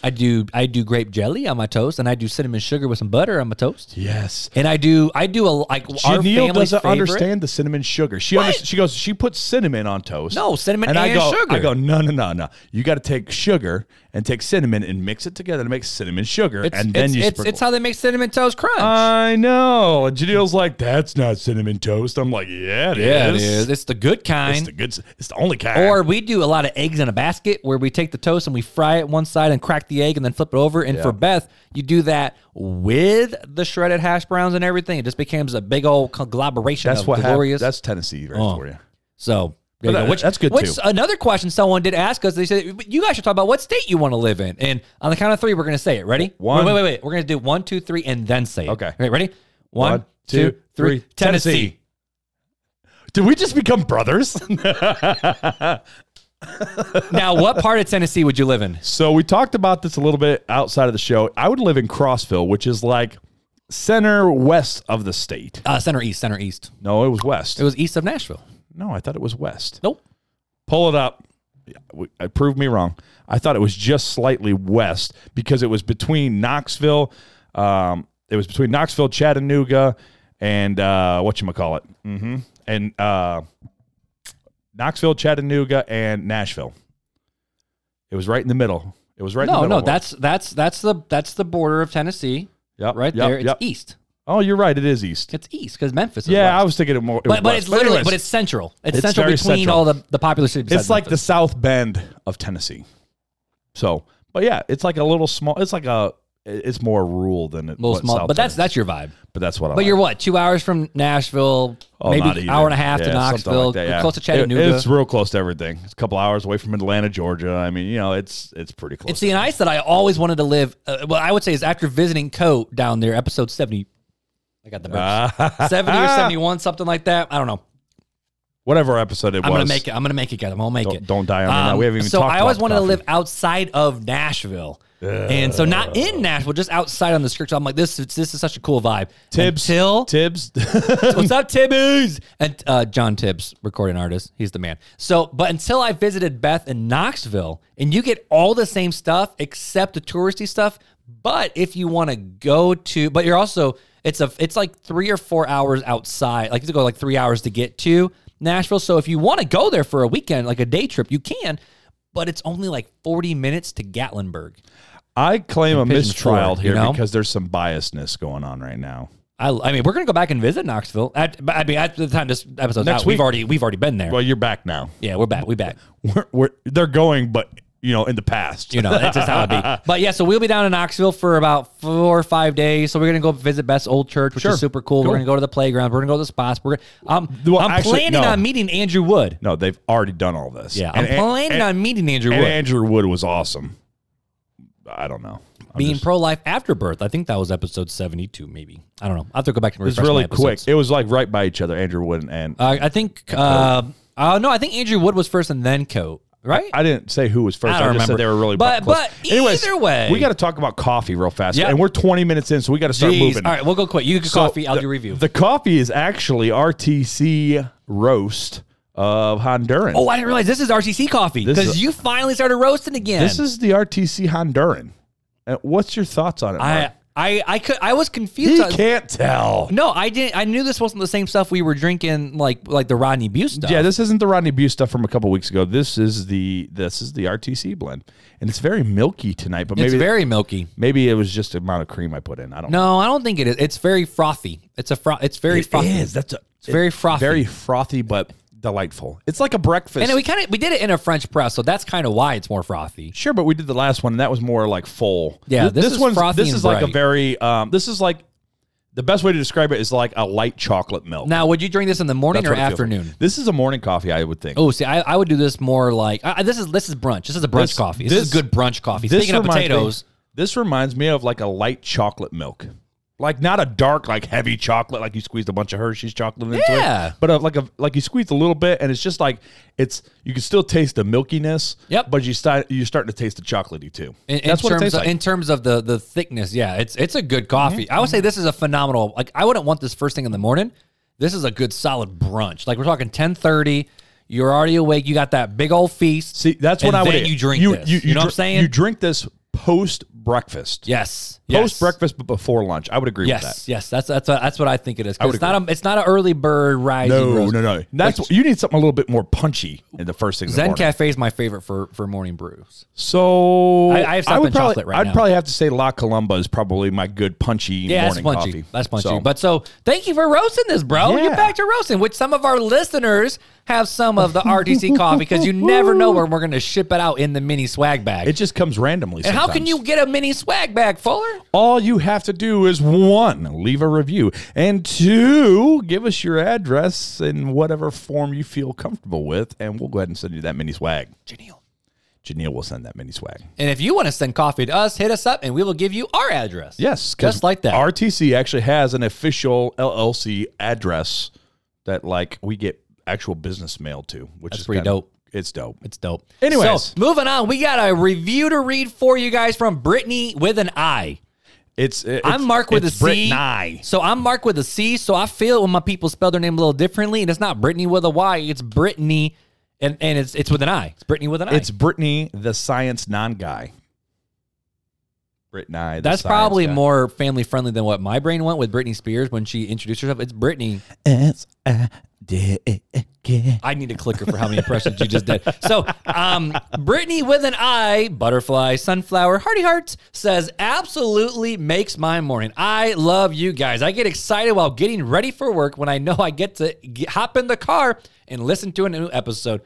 Speaker 2: I do I do grape jelly on my toast, and I do cinnamon sugar with some butter on my toast,
Speaker 3: Yes.
Speaker 2: and I do I do a like our
Speaker 3: Janelle
Speaker 2: family's
Speaker 3: doesn't
Speaker 2: favorite.
Speaker 3: understand the cinnamon sugar. She under, she goes. She puts cinnamon on toast.
Speaker 2: No cinnamon
Speaker 3: and
Speaker 2: and,
Speaker 3: I go,
Speaker 2: sugar.
Speaker 3: I go, no, no, no, no. You got to take sugar and take cinnamon and mix it together to make cinnamon sugar,
Speaker 2: It's,
Speaker 3: and then
Speaker 2: it's,
Speaker 3: you
Speaker 2: it's,
Speaker 3: sprinkle.
Speaker 2: it's how they make cinnamon toast crunch.
Speaker 3: I know. And Janiel's like, that's not cinnamon toast. I'm like, yeah,
Speaker 2: yeah, it is. It's the good
Speaker 3: It's
Speaker 2: kind.
Speaker 3: the good. It's the only kind.
Speaker 2: or we do a lot of eggs in a basket where we take the toast and we fry it one side and crack the egg and then flip it over. And for Beth, you do that with the shredded hash browns and everything. It just becomes a big old conglomeration
Speaker 3: that's
Speaker 2: of
Speaker 3: what happens.
Speaker 2: glorious. Oh.
Speaker 3: That's Tennessee right for you.
Speaker 2: So there you
Speaker 3: But
Speaker 2: go.
Speaker 3: that- that's good,
Speaker 2: Which
Speaker 3: too.
Speaker 2: another question someone did ask us? They said you guys should talk about what state you want to live in. And on the count of three, we're going to say it. Ready?
Speaker 3: One.
Speaker 2: Wait, wait, wait. We're going to do one, two, three, and then say it.
Speaker 3: Okay.
Speaker 2: All right, ready? One, two, three. Tennessee.
Speaker 3: Did we just become brothers?
Speaker 2: now, what part of Tennessee would you live in?
Speaker 3: So we talked about this a little bit outside of the show. I would live in Crossville, which is like center west of the state.
Speaker 2: Uh, center east. Center east.
Speaker 3: No, it was west.
Speaker 2: It was east of Nashville.
Speaker 3: no, I thought it was west.
Speaker 2: Nope.
Speaker 3: Pull it up. Yeah, we- uh, Prove me wrong. I thought it was just slightly west because it was between Knoxville. Um, it was between Knoxville, Chattanooga, and uh, what you call it? Mm-hmm. And uh, Knoxville, Chattanooga, and Nashville. It was right in the middle. It was right.
Speaker 2: No,
Speaker 3: in the middle
Speaker 2: no.
Speaker 3: of it.
Speaker 2: That's that's that's the that's the border of Tennessee
Speaker 3: Yep,
Speaker 2: right
Speaker 3: yep,
Speaker 2: there. It's
Speaker 3: yep.
Speaker 2: east.
Speaker 3: Oh, you're right. It is east.
Speaker 2: It's east because Memphis. Is
Speaker 3: yeah, I
Speaker 2: west.
Speaker 3: was thinking it more. It was
Speaker 2: but but
Speaker 3: west.
Speaker 2: it's literally
Speaker 3: anyways,
Speaker 2: but it's central. It's,
Speaker 3: It's
Speaker 2: central
Speaker 3: very
Speaker 2: between
Speaker 3: central.
Speaker 2: all the, the popular cities. besides
Speaker 3: it's like
Speaker 2: Memphis.
Speaker 3: the South Bend of Tennessee. So, but yeah, it's like a little small. It's like a. It's more rural than it
Speaker 2: little
Speaker 3: was
Speaker 2: small.
Speaker 3: South
Speaker 2: but that's
Speaker 3: Bend.
Speaker 2: that's your vibe.
Speaker 3: But that's what I.
Speaker 2: But
Speaker 3: like.
Speaker 2: you're what? Two hours from Nashville,
Speaker 3: Oh, not
Speaker 2: maybe
Speaker 3: even.
Speaker 2: hour and a half to
Speaker 3: Yeah, something
Speaker 2: Knoxville,
Speaker 3: like that, yeah.
Speaker 2: close to
Speaker 3: It-
Speaker 2: Chattanooga.
Speaker 3: it's real close to everything. It's a couple hours away from Atlanta, Georgia. I mean, you know, it's it's pretty close.
Speaker 2: and see, and I said I always wanted to live. Uh, well, I would say is after visiting Coate down there, episode seventy. I got the burps.
Speaker 3: Ah,
Speaker 2: seventy or seventy-one, something like that. I don't know.
Speaker 3: whatever episode it
Speaker 2: I'm
Speaker 3: was.
Speaker 2: gonna make it. I'm gonna make it, guys. I'm gonna make
Speaker 3: Don't-
Speaker 2: it. Um,
Speaker 3: don't die on me now. We haven't even
Speaker 2: So
Speaker 3: talked
Speaker 2: I always
Speaker 3: about
Speaker 2: wanted to
Speaker 3: coffee.
Speaker 2: live outside of Nashville, and so not in Nashville, just outside on the script. So I'm like, this is this is such a cool vibe.
Speaker 3: Tibbs.
Speaker 2: Until
Speaker 3: Tibbs.
Speaker 2: What's up, Tibbies? And uh, John Tibbs, recording artist. He's the man. So, but until I visited Beth in Knoxville, and you get all the same stuff except the touristy stuff. But if you want to go to, but you're also it's a it's like three or four hours outside. Like you have to go like three hours to get to Nashville. So if you want to go there for a weekend, like a day trip, you can. But it's only like 40 minutes to Gatlinburg.
Speaker 3: I claim a
Speaker 2: Pigeon's
Speaker 3: mistrial
Speaker 2: forward,
Speaker 3: here
Speaker 2: you know?
Speaker 3: because there's some biasness going on right now.
Speaker 2: I, I mean, we're gonna go back and visit Knoxville. At, but I mean, at the time this episode's
Speaker 3: Next
Speaker 2: out, we've
Speaker 3: week.
Speaker 2: already we've already been there.
Speaker 3: Well, you're back now.
Speaker 2: yeah, we're back. We back.
Speaker 3: we're, we're they're going, but you know, in the past.
Speaker 2: You know, that's just how it be. But yeah, so we'll be down in Knoxville for about four or five days. So we're gonna go visit Beth's old church, which
Speaker 3: Sure.
Speaker 2: is super cool.
Speaker 3: Cool.
Speaker 2: We're gonna go to the playground. We're gonna go to the spots. We're gonna, um,
Speaker 3: Well,
Speaker 2: I'm
Speaker 3: actually,
Speaker 2: planning
Speaker 3: no.
Speaker 2: on meeting Andrew Wood.
Speaker 3: no, they've already done all this.
Speaker 2: Yeah,
Speaker 3: And-
Speaker 2: I'm
Speaker 3: and-
Speaker 2: planning
Speaker 3: and-
Speaker 2: on meeting Andrew
Speaker 3: and
Speaker 2: Wood.
Speaker 3: Andrew Wood was awesome. I don't know. I'm
Speaker 2: Being
Speaker 3: just-
Speaker 2: pro life after birth. I think that was episode 72, maybe. I don't know. I'll have to go back and
Speaker 3: it was
Speaker 2: refresh my
Speaker 3: really quick.
Speaker 2: episodes.
Speaker 3: It was like right by each other, Andrew Wood and, and
Speaker 2: Uh, I think, uh, uh, no, I think Andrew Wood was first and then Coat, right?
Speaker 3: I didn't say who was first.
Speaker 2: I
Speaker 3: I,
Speaker 2: don't
Speaker 3: just
Speaker 2: remember.
Speaker 3: said they were really
Speaker 2: But-
Speaker 3: close.
Speaker 2: but either way-
Speaker 3: we got to talk about coffee real fast.
Speaker 2: Yeah.
Speaker 3: and we're 20 minutes in, so we got to start
Speaker 2: Jeez.
Speaker 3: moving.
Speaker 2: All right, we'll go quick. You get
Speaker 3: So
Speaker 2: coffee. I'll
Speaker 3: the,
Speaker 2: do review.
Speaker 3: The coffee is actually RTC roast of Honduran.
Speaker 2: oh, I didn't realize this is RCC coffee
Speaker 3: This
Speaker 2: because
Speaker 3: is-
Speaker 2: you finally started roasting again.
Speaker 3: this is the RTC Honduran. Uh, What's your thoughts on it?
Speaker 2: I,
Speaker 3: Mark?
Speaker 2: I, I could, I was confused.
Speaker 3: he
Speaker 2: I-
Speaker 3: can't tell.
Speaker 2: no, I didn't. I knew this wasn't the same stuff we were drinking, like like the Rodney Buse stuff.
Speaker 3: Yeah, this isn't the Rodney Buse stuff from a couple weeks ago. This is the this is the RTC blend, and it's very milky tonight. But
Speaker 2: it's
Speaker 3: maybe
Speaker 2: very milky.
Speaker 3: maybe it was just the amount of cream I put in. I don't. know.
Speaker 2: No, I don't think it is. It's very frothy. It's a fro- It's very
Speaker 3: it
Speaker 2: frothy.
Speaker 3: is. That's a
Speaker 2: It's very frothy.
Speaker 3: very frothy, but delightful. It's like a breakfast.
Speaker 2: and then we kind of we did it in a French press, so that's kind of why it's more frothy.
Speaker 3: Sure, but we did the last one, and that was more like full.
Speaker 2: Yeah,
Speaker 3: Th-
Speaker 2: this is frothy
Speaker 3: This
Speaker 2: and
Speaker 3: is like a
Speaker 2: bright.
Speaker 3: very. Um, this is like the best way to describe it is like a light chocolate milk.
Speaker 2: Now, would you drink this in the morning
Speaker 3: That's what
Speaker 2: or
Speaker 3: it feels like.
Speaker 2: afternoon?
Speaker 3: This is a morning coffee, I would think.
Speaker 2: Oh, see, I, I would do this more like I, I- this is this is brunch. This is a brunch
Speaker 3: This-
Speaker 2: coffee. This, is
Speaker 3: this-
Speaker 2: good brunch coffee.
Speaker 3: this
Speaker 2: Speaking of
Speaker 3: reminds me-
Speaker 2: potatoes,
Speaker 3: this reminds me of like a light chocolate milk. Like not a dark, like heavy chocolate, like you squeezed a bunch of Hershey's chocolate into
Speaker 2: Yeah.
Speaker 3: it, but a, like a like you squeeze a little bit, and it's just like it's you can still taste the milkiness.
Speaker 2: Yep.
Speaker 3: But you start you're starting to taste the chocolatey too.
Speaker 2: in, in
Speaker 3: That's what it
Speaker 2: terms
Speaker 3: tastes
Speaker 2: of,
Speaker 3: like. Mm-hmm.
Speaker 2: in terms of the the thickness, yeah, it's it's a good coffee. I would say this is a phenomenal. Like I wouldn't want this first thing in the morning. This is a good solid brunch. Like we're talking ten thirty. You're already awake. You got that big old feast.
Speaker 3: See, that's
Speaker 2: and
Speaker 3: what I would.
Speaker 2: then
Speaker 3: eat.
Speaker 2: You drink this. You, know what I'm
Speaker 3: dr-
Speaker 2: saying?
Speaker 3: You drink this post breakfast.
Speaker 2: yes.
Speaker 3: Post
Speaker 2: yes.
Speaker 3: breakfast, but before lunch. I would agree with
Speaker 2: Yes,
Speaker 3: that.
Speaker 2: yes, that's that's what- that's what I think it is. 'Cause
Speaker 3: would
Speaker 2: It's not a it's not an early bird rising.
Speaker 3: No,
Speaker 2: roast.
Speaker 3: no, no. That's you need something a little bit more punchy in the first thing. in the
Speaker 2: Zen
Speaker 3: morning.
Speaker 2: Cafe is my favorite for for morning brews.
Speaker 3: So
Speaker 2: I- I have
Speaker 3: would probably,
Speaker 2: something chocolate right
Speaker 3: I'd
Speaker 2: now.
Speaker 3: probably have to say La Columba is probably my good punchy
Speaker 2: Yeah, that's
Speaker 3: morning
Speaker 2: punchy.
Speaker 3: coffee.
Speaker 2: That's punchy.
Speaker 3: So-
Speaker 2: But so thank you for roasting this, bro.
Speaker 3: Yeah.
Speaker 2: Get back to roasting, which some of our listeners have some of the RTC coffee because you never know when we're going to ship it out in the mini swag bag.
Speaker 3: it just comes randomly.
Speaker 2: and how can you get a mini swag bag, Fuller?
Speaker 3: All you have to do is one, leave a review, and two, give us your address in whatever form you feel comfortable with, and we'll go ahead and send you that mini swag.
Speaker 2: Janelle.
Speaker 3: Janelle will send that mini swag.
Speaker 2: And if you want to send coffee to us, hit us up and we will give you our address.
Speaker 3: Yes, 'cause
Speaker 2: Just like that.
Speaker 3: RTC actually has an official LLC address that like we get actual business mail to, which is
Speaker 2: pretty
Speaker 3: kinda-
Speaker 2: dope.
Speaker 3: It's dope.
Speaker 2: It's dope.
Speaker 3: Anyways.
Speaker 2: so moving on, we got a review to read for you guys from Brittany with an I.
Speaker 3: It's, uh, it's
Speaker 2: I'm Mark with a
Speaker 3: it's
Speaker 2: C.
Speaker 3: Brit Nye.
Speaker 2: So I'm Mark with a C. So I feel when my people spell their name a little differently, and it's not Brittany with a Y. It's Brittany, and and it's it's with an I. It's Brittany with an I.
Speaker 3: It's Brittany, the science non guy. Brittany. the science
Speaker 2: That's probably
Speaker 3: guy.
Speaker 2: more family friendly than what my brain went with Britney Spears when she introduced herself. It's Brittany.
Speaker 3: S I D I K.
Speaker 2: I need a clicker for how many impressions you just did. So, um, Brittany with an I, butterfly, sunflower, hearty hearts says, absolutely makes my morning. I love you guys. I get excited while getting ready for work when I know I get to g hop in the car and listen to a new episode.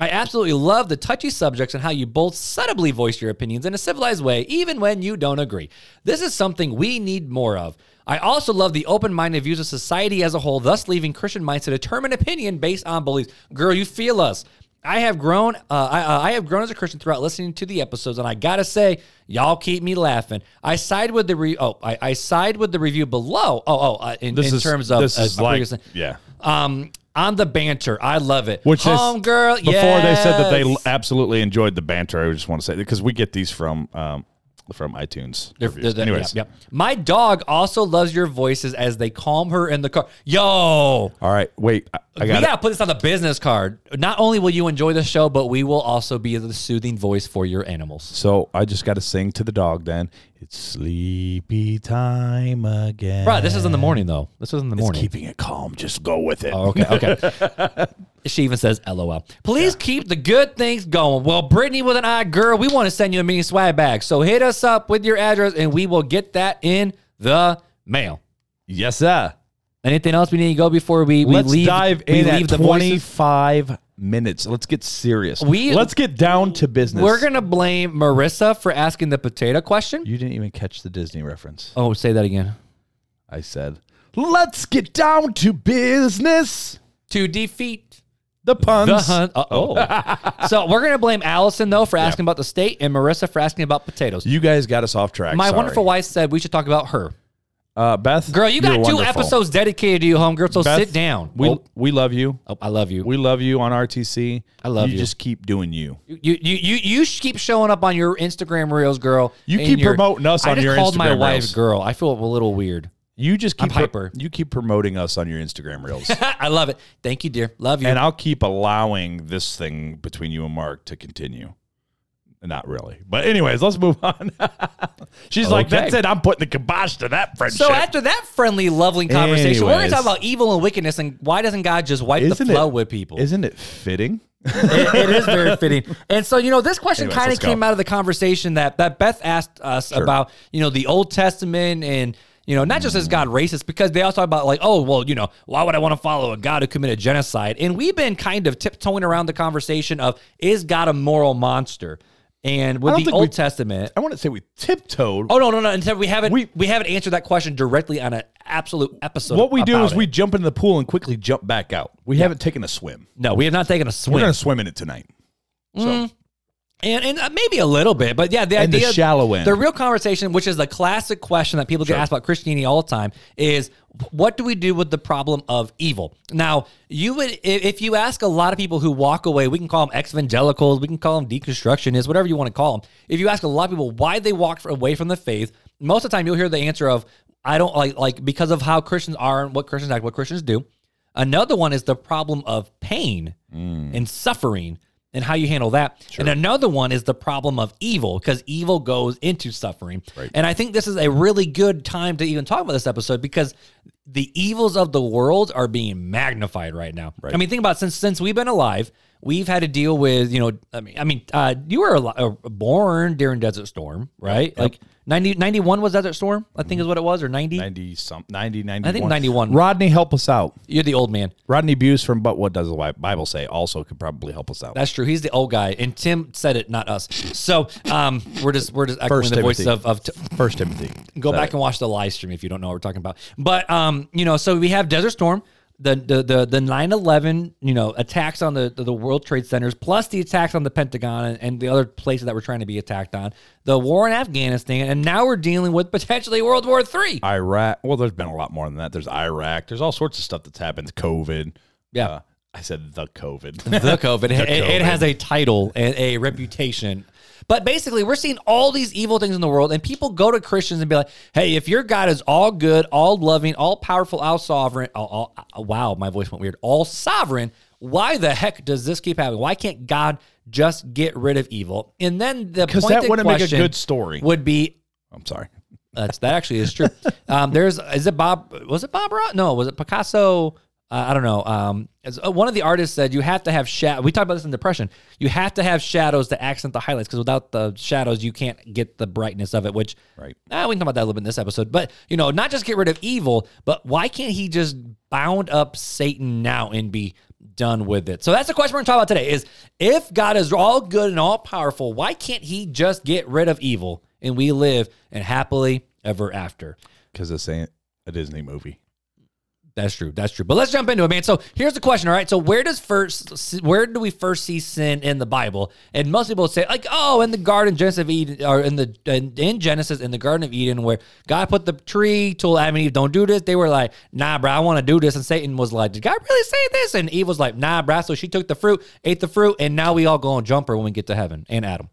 Speaker 2: I absolutely love the touchy subjects and how you both subtly voice your opinions in a civilized way, even when you don't agree. This is something we need more of. I also love the open minded views of society as a whole, thus leaving Christian minds to determine opinion based on beliefs. Girl, you feel us. I have grown. Uh, I, uh, I have grown as a Christian throughout listening to the episodes, and I gotta say, y'all keep me laughing. I side with the re- oh, I, I side with the review below. Oh, oh, uh, in, in terms of
Speaker 3: this
Speaker 2: uh,
Speaker 3: is like
Speaker 2: previous-
Speaker 3: yeah.
Speaker 2: um, on the banter. I love it.
Speaker 3: Which
Speaker 2: home
Speaker 3: is,
Speaker 2: girl?
Speaker 3: Before they said that they
Speaker 2: yes.
Speaker 3: absolutely enjoyed the banter, I just want to say because we get these from um, from iTunes.
Speaker 2: They're-
Speaker 3: reviews.
Speaker 2: they're-
Speaker 3: Anyways,
Speaker 2: yep, yep. my dog also loves your voices as they calm her in the car. Yo,
Speaker 3: all right. Wait, I, I
Speaker 2: we
Speaker 3: got.
Speaker 2: gotta put this on the business card. Not only will you enjoy the show, but we will also be the soothing voice for your animals.
Speaker 3: So I just got to sing to the dog. Then it's sleepy time again.
Speaker 2: Right, this is in the morning though. This is in the morning.
Speaker 3: keeping it calm. Just go with it.
Speaker 2: Oh, okay, okay. she even says LOL. Please keep the good things going. Well, Brittany with an eye, girl, we want to send you a mini swag bag. So hit us up with your address and we will get that in the mail.
Speaker 3: Yes, sir.
Speaker 2: Anything else we need to go before we, we
Speaker 3: Let's
Speaker 2: leave?
Speaker 3: dive
Speaker 2: we
Speaker 3: in
Speaker 2: leave
Speaker 3: at
Speaker 2: the voices?
Speaker 3: 25 minutes. Let's get serious.
Speaker 2: We-
Speaker 3: let's get down to business.
Speaker 2: We're gonna blame Marissa for asking the potato question.
Speaker 3: You didn't even catch the Disney reference.
Speaker 2: Oh, say that again.
Speaker 3: I said, let's get down to business.
Speaker 2: To defeat
Speaker 3: The puns.
Speaker 2: the hunt. oh. so we're gonna blame Allison though for asking about the state and Marissa for asking about potatoes.
Speaker 3: You guys got us off track.
Speaker 2: My
Speaker 3: Sorry.
Speaker 2: wonderful wife said we should talk about her.
Speaker 3: uh, Beth.
Speaker 2: Girl, you
Speaker 3: you're
Speaker 2: got two
Speaker 3: wonderful.
Speaker 2: episodes dedicated to you, homegirl. So
Speaker 3: Beth,
Speaker 2: sit down.
Speaker 3: We
Speaker 2: oh,
Speaker 3: we love you.
Speaker 2: oh, I love you.
Speaker 3: We love you on RTC.
Speaker 2: I love you.
Speaker 3: You just keep doing you.
Speaker 2: You you you you sh- keep showing up on your Instagram reels, girl.
Speaker 3: You
Speaker 2: and
Speaker 3: keep
Speaker 2: your-
Speaker 3: promoting us
Speaker 2: I
Speaker 3: on
Speaker 2: just
Speaker 3: your
Speaker 2: called my
Speaker 3: Instagram
Speaker 2: wife
Speaker 3: reels.
Speaker 2: girl. I feel a little weird.
Speaker 3: You just keep
Speaker 2: I'm hyper.
Speaker 3: you keep promoting us on your Instagram reels.
Speaker 2: I love it. Thank you, dear. Love you.
Speaker 3: and I'll keep allowing this thing between you and Mark to continue. Not really. But anyways, let's move on. She's like,
Speaker 2: Okay.
Speaker 3: that's it. I'm putting the kibosh to that friendship.
Speaker 2: so after that friendly, loving conversation, we're going to
Speaker 3: Anyways.
Speaker 2: talk about evil and wickedness and why doesn't God just wipe
Speaker 3: Isn't
Speaker 2: the flow
Speaker 3: it-
Speaker 2: with people?
Speaker 3: Isn't it fitting?
Speaker 2: it, it is very fitting. And so, you know, this question
Speaker 3: Anyways,
Speaker 2: kind of
Speaker 3: let's go.
Speaker 2: came out of the conversation that, that Beth asked us about, you know, the Old Testament and, you know, not just is God racist, because they also talk about, like, oh, well, you know, why would I want to follow a God who committed genocide? And we've been kind of tiptoeing around the conversation of, is God a moral monster? And with
Speaker 3: don't
Speaker 2: the
Speaker 3: think
Speaker 2: Old
Speaker 3: we-
Speaker 2: Testament.
Speaker 3: I want to say we tiptoed.
Speaker 2: Oh no no no! Instead, we haven't we,
Speaker 3: We-
Speaker 2: haven't answered that question directly on an absolute episode.
Speaker 3: what we do
Speaker 2: about
Speaker 3: is
Speaker 2: it.
Speaker 3: we jump into the pool and quickly jump back out. We haven't taken a swim.
Speaker 2: no we have not taken a
Speaker 3: We're
Speaker 2: swing
Speaker 3: going to swim in it tonight. So
Speaker 2: and and uh, maybe a little bit, but yeah, the
Speaker 3: And the
Speaker 2: idea
Speaker 3: shallow end.
Speaker 2: the real conversation, which is the classic question that people get asked about Christianity all the time, is what do we do with the problem of evil? Now, you would i- if you ask a lot of people who walk away, we can call them ex-evangelicals, we can call them deconstructionists, whatever you want to call them. If you ask a lot of people why they walked away from the faith, most of the time you'll hear the answer of I don't like like because of how Christians are and what Christians act, what Christians do. Another one is the problem of pain and suffering and how you handle that. And another one is the problem of evil because evil goes into suffering. And I think this is a really good time to even talk about this episode because the evils of the world are being magnified right now. I mean, think about since since we've been alive, we've had to deal with you know, I mean, I mean, uh, you were al- uh, born during Desert Storm, right? Like 90, 91 was Desert Storm, I think is what it was, or ninety.
Speaker 3: 90 some 90 91.
Speaker 2: I think 91.
Speaker 3: Rodney help us out.
Speaker 2: You're the old man.
Speaker 3: Rodney Buse from But What Does the Wi- Bible Say also could probably help us out.
Speaker 2: That's true. He's the old guy, and Tim said it, not us. So um, we're just we're just echoing
Speaker 3: First
Speaker 2: the voice
Speaker 3: Timothy.
Speaker 2: of, of t-
Speaker 3: First Timothy.
Speaker 2: go back and watch the live stream if you don't know what we're talking about. But um, you know, so we have Desert Storm, the the the the nine eleven, you know, attacks on the, the the World Trade Centers, plus the attacks on the Pentagon and, and the other places that we're trying to be attacked on, the war in Afghanistan, and now we're dealing with potentially World War Three.
Speaker 3: Iraq. Well, there's been a lot more than that. There's Iraq. There's all sorts of stuff that's happened. COVID.
Speaker 2: Yeah.
Speaker 3: Uh, I said the COVID.
Speaker 2: the COVID. It, it
Speaker 3: COVID.
Speaker 2: has a title and a reputation. But basically, we're seeing all these evil things in the world, and people go to Christians and be like, "Hey, if your God is all good, all loving, all powerful, all sovereign, all, all- wow, my voice went weird, all sovereign, why the heck does this keep happening? Why can't God just get rid of evil?" And then the because
Speaker 3: that wouldn't make a good story.
Speaker 2: Would be
Speaker 3: I'm sorry.
Speaker 2: that's that actually is true. Um, there's is it Bob? Was it Bob Ross? No, was it Picasso? Uh, I don't know. Um, as, uh, one of the artists said you have to have shadow. We talked about this in depression. You have to have shadows to accent the highlights because without the shadows, you can't get the brightness of it. Which
Speaker 3: Right.
Speaker 2: Ah, we can talk about that a little bit in this episode. But you know, not just get rid of evil, but why can't he just bound up Satan now and be done with it? So that's the question we're gonna talk about today: is if God is all good and all powerful, why can't he just get rid of evil and we live and happily ever after?
Speaker 3: Because this ain't a Disney movie.
Speaker 2: That's true. That's true. But let's jump into it, man. So here's the question. All right. So where does first, where do we first see sin in the Bible? And most people say like, oh, in the Garden Genesis of Eden, or in the in, in Genesis in the Garden of Eden, where God put the tree, told Adam and Eve, don't do this. They were like, nah, bro, I want to do this. And Satan was like, did God really say this? And Eve was like, nah, bro. So she took the fruit, ate the fruit, and now we all go on jumper when we get to heaven and Adam.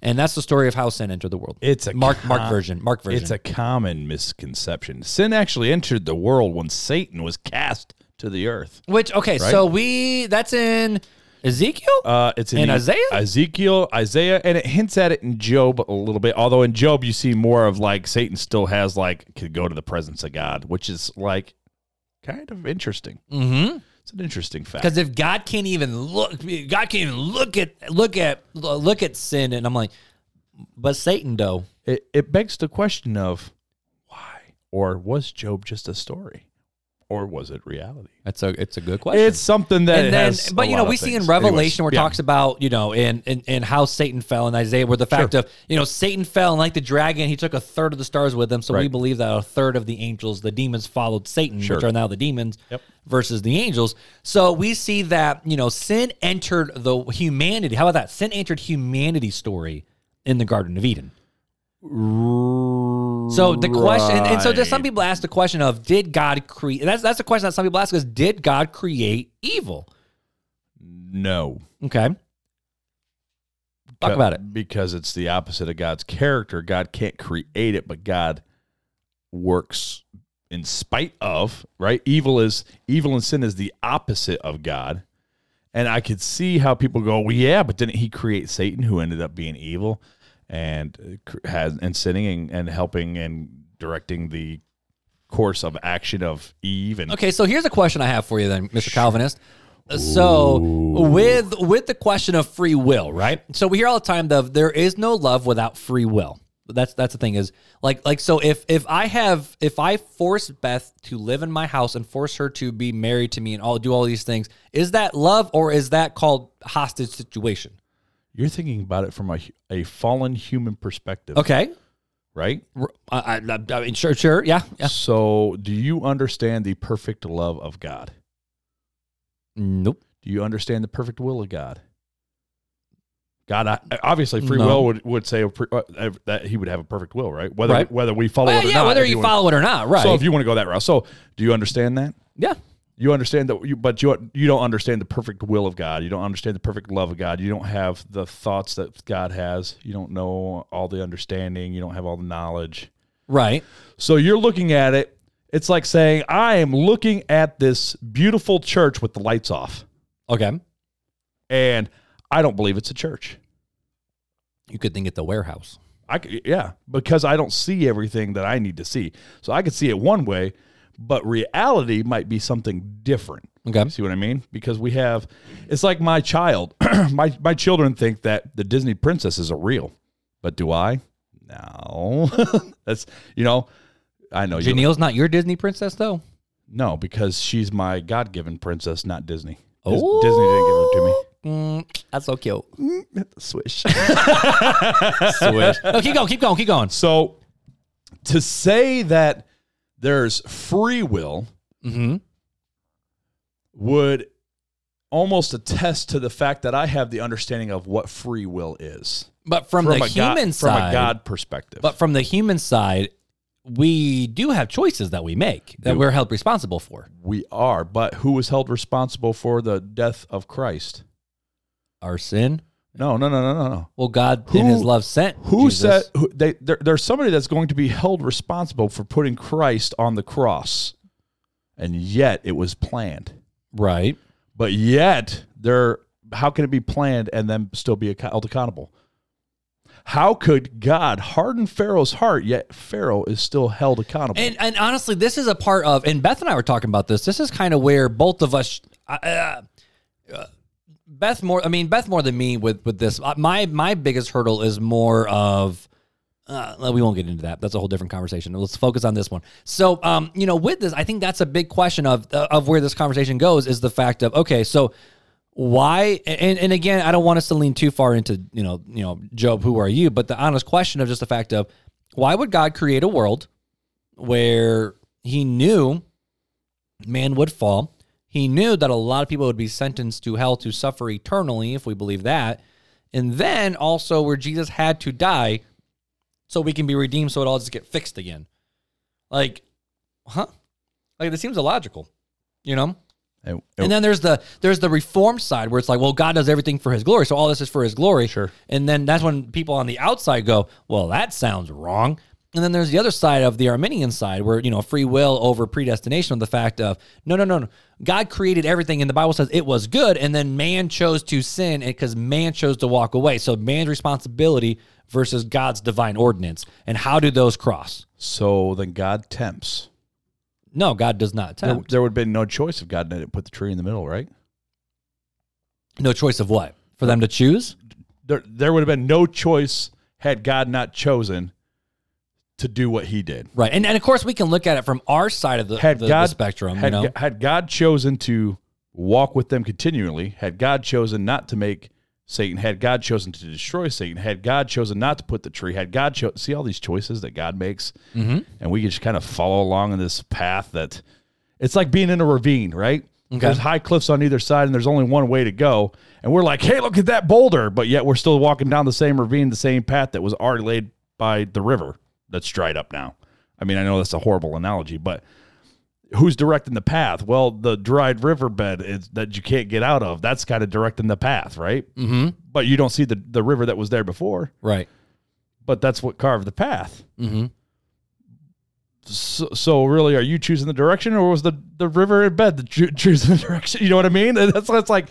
Speaker 2: And that's the story of how sin entered the world.
Speaker 3: It's a
Speaker 2: Mark
Speaker 3: con-
Speaker 2: Mark version. Mark version.
Speaker 3: It's a common misconception. Sin actually entered the world when Satan was cast to the earth.
Speaker 2: Which okay, so we that's in Ezekiel.
Speaker 3: Uh, it's in,
Speaker 2: In Isaiah?
Speaker 3: Ezekiel, Isaiah, and it hints at it in Job a little bit. Although in Job, you see more of like Satan still has like could go to the presence of God, which is like kind of interesting. Mm-hmm. It's an interesting fact.
Speaker 2: Because if God can't even look, God can't even look at look at look at sin, and I'm like, but Satan though.
Speaker 3: it, it begs the question of why or was job just a story or was it reality?
Speaker 2: That's a it's a good question.
Speaker 3: It's something that
Speaker 2: and then,
Speaker 3: has.
Speaker 2: but
Speaker 3: a
Speaker 2: you know,
Speaker 3: lot
Speaker 2: we
Speaker 3: of
Speaker 2: see in
Speaker 3: things.
Speaker 2: Revelation where
Speaker 3: Anyways,
Speaker 2: it talks about you know, in in and how Satan fell in Isaiah, where the fact of you know Satan fell and like the dragon, he took a third of the stars with him. So we
Speaker 3: Right.
Speaker 2: believe that a third of the angels, the demons, followed Satan,
Speaker 3: Sure.
Speaker 2: which are now the demons versus the angels. So we see that you know sin entered the humanity. How about that? Sin entered humanity story in the Garden of Eden. So the question, and, and so just some
Speaker 3: Right.
Speaker 2: people ask the question of, did God create? That's that's the question that some people ask is, did God create evil?
Speaker 3: no.
Speaker 2: Okay. Talk about it.
Speaker 3: because it's the opposite of God's character. God can't create it, but God works in spite of, right? Evil is evil and sin is the opposite of God. And I could see how people go, "Well, yeah, but didn't he create Satan who ended up being evil and uh, cr- has and sinning and, and helping and directing the course of action of Eve and
Speaker 2: Okay, so here's a question I have for you then, Mr. Calvinist. Uh, So with with the question of free will, right? So we hear all the time the there is no love without free will. That's that's the thing is like like so if if I have if I force Beth to live in my house and force her to be married to me and all do all these things, is that love or is that called hostage situation?
Speaker 3: you're thinking about it from a hu- a fallen human perspective,
Speaker 2: Okay,
Speaker 3: right?
Speaker 2: R- I, I, I mean, sure, sure, yeah, yeah.
Speaker 3: So, do you understand the perfect love of God?
Speaker 2: Nope.
Speaker 3: Do you understand the perfect will of God? God, I, obviously, free
Speaker 2: No.
Speaker 3: will would, would say a pre- uh, that he would have a perfect will, right? Whether
Speaker 2: Right.
Speaker 3: whether we follow
Speaker 2: Well,
Speaker 3: it or
Speaker 2: yeah,
Speaker 3: not.
Speaker 2: whether
Speaker 3: if
Speaker 2: you,
Speaker 3: wanna-
Speaker 2: follow it or not, right?
Speaker 3: so if you want to go that route, so do you understand that?
Speaker 2: yeah,
Speaker 3: You understand that, you, but you you don't understand the perfect will of God. You don't understand the perfect love of God. You don't have the thoughts that God has. You don't know all the understanding. You don't have all the knowledge.
Speaker 2: right.
Speaker 3: So you're looking at it. It's like saying, I am looking at this beautiful church with the lights off,
Speaker 2: Okay,
Speaker 3: and I don't believe it's a church.
Speaker 2: you could think it's the warehouse.
Speaker 3: I c- yeah, because I don't see everything that I need to see. So I could see it one way, but reality might be something different.
Speaker 2: Okay.
Speaker 3: See what I mean? Because we have, it's like my child, my my children think that the Disney princesses are real, but do I? No, that's you know, I know you
Speaker 2: Janiel's not your Disney princess though.
Speaker 3: No, because she's my God given princess, not Disney. Dis- Disney didn't give her to me.
Speaker 2: Mm, that's so cute.
Speaker 3: Swish.
Speaker 2: Swish. no, keep going, keep going, keep going.
Speaker 3: so to say that there's free will
Speaker 2: Mm-hmm.
Speaker 3: would almost attest to the fact that I have the understanding of what free will is
Speaker 2: But from, the
Speaker 3: a
Speaker 2: human
Speaker 3: God,
Speaker 2: side,
Speaker 3: from a God perspective.
Speaker 2: but from the human side, we do have choices that we make that we're held responsible for
Speaker 3: we are. But who was held responsible for the death of Christ?
Speaker 2: our sin.
Speaker 3: No, no, no, no, no, no.
Speaker 2: Well, God in
Speaker 3: Who-
Speaker 2: His love sent.
Speaker 3: Who
Speaker 2: Jesus.
Speaker 3: said who, they, there, there's somebody that's going to be held responsible for putting Christ on the cross, and yet it was planned.
Speaker 2: right?
Speaker 3: But yet, there, how can it be planned and then still be acco- held accountable? How could God harden Pharaoh's heart yet Pharaoh is still held accountable?
Speaker 2: And and honestly, this is a part of. And Beth and I were talking about this. This is kind of where both of us. Uh, uh, Beth more. I mean, Beth more than me with with this. Uh, My my biggest hurdle is more of. Uh, well, we won't get into that. That's a whole different conversation. Let's focus on this one. So, um, you know, with this, I think that's a big question of uh, of where this conversation goes is the fact of okay, so why and, and again i don't want us to lean too far into you know you know job who are you but the honest question of just the fact of why would god create a world where he knew man would fall he knew that a lot of people would be sentenced to hell to suffer eternally if we believe that and then also where jesus had to die so we can be redeemed so it all just get fixed again like huh like it seems illogical you know
Speaker 3: And-
Speaker 2: and then there's the there's the reform side where it's like, well, God does everything for His glory, so all this is for His glory.
Speaker 3: Sure.
Speaker 2: And then that's when people on the outside go, well, that sounds wrong. And then there's the other side of the Arminian side where you know free will over predestination of the fact of no, no, no, no. God created everything, and the Bible says it was good, and then man chose to sin because man chose to walk away. So man's responsibility versus God's divine ordinance, and how do those cross?
Speaker 3: so then God tempts.
Speaker 2: No, God does not.
Speaker 3: There,
Speaker 2: Tempt.
Speaker 3: there would have been no choice if God didn't put the tree in the middle, right?
Speaker 2: No choice of what for them to choose.
Speaker 3: There, there would have been no choice had God not chosen to do what he did.
Speaker 2: Right. And, and of course, we can look at it from our side of the,
Speaker 3: Had
Speaker 2: the, the
Speaker 3: God
Speaker 2: spectrum,
Speaker 3: had,
Speaker 2: you know?
Speaker 3: G- had God chosen to walk with them continually, had God chosen not to make Satan, had God chosen to destroy Satan, had God chosen not to put the tree, had God cho- see all these choices that God makes,
Speaker 2: Mm-hmm.
Speaker 3: and we just kind of follow along in this path that it's like being in a ravine, right? There's high cliffs on either side, and there's only one way to go. And we're like, hey, look at that boulder. But yet we're still walking down the same ravine, the same path that was already laid by the river that's dried up now. I mean, I know that's a horrible analogy, but who's directing the path? Well, the dried riverbed is, that you can't get out of, that's kind of directing the path, right? Mm-hmm. But you don't see the, the river that was there before,
Speaker 2: right.
Speaker 3: but that's what carved the path. Mm-hmm. So, so really, are you choosing the direction or was the, the river in bed that choo- choosing the direction? You know what I mean? That's, that's like,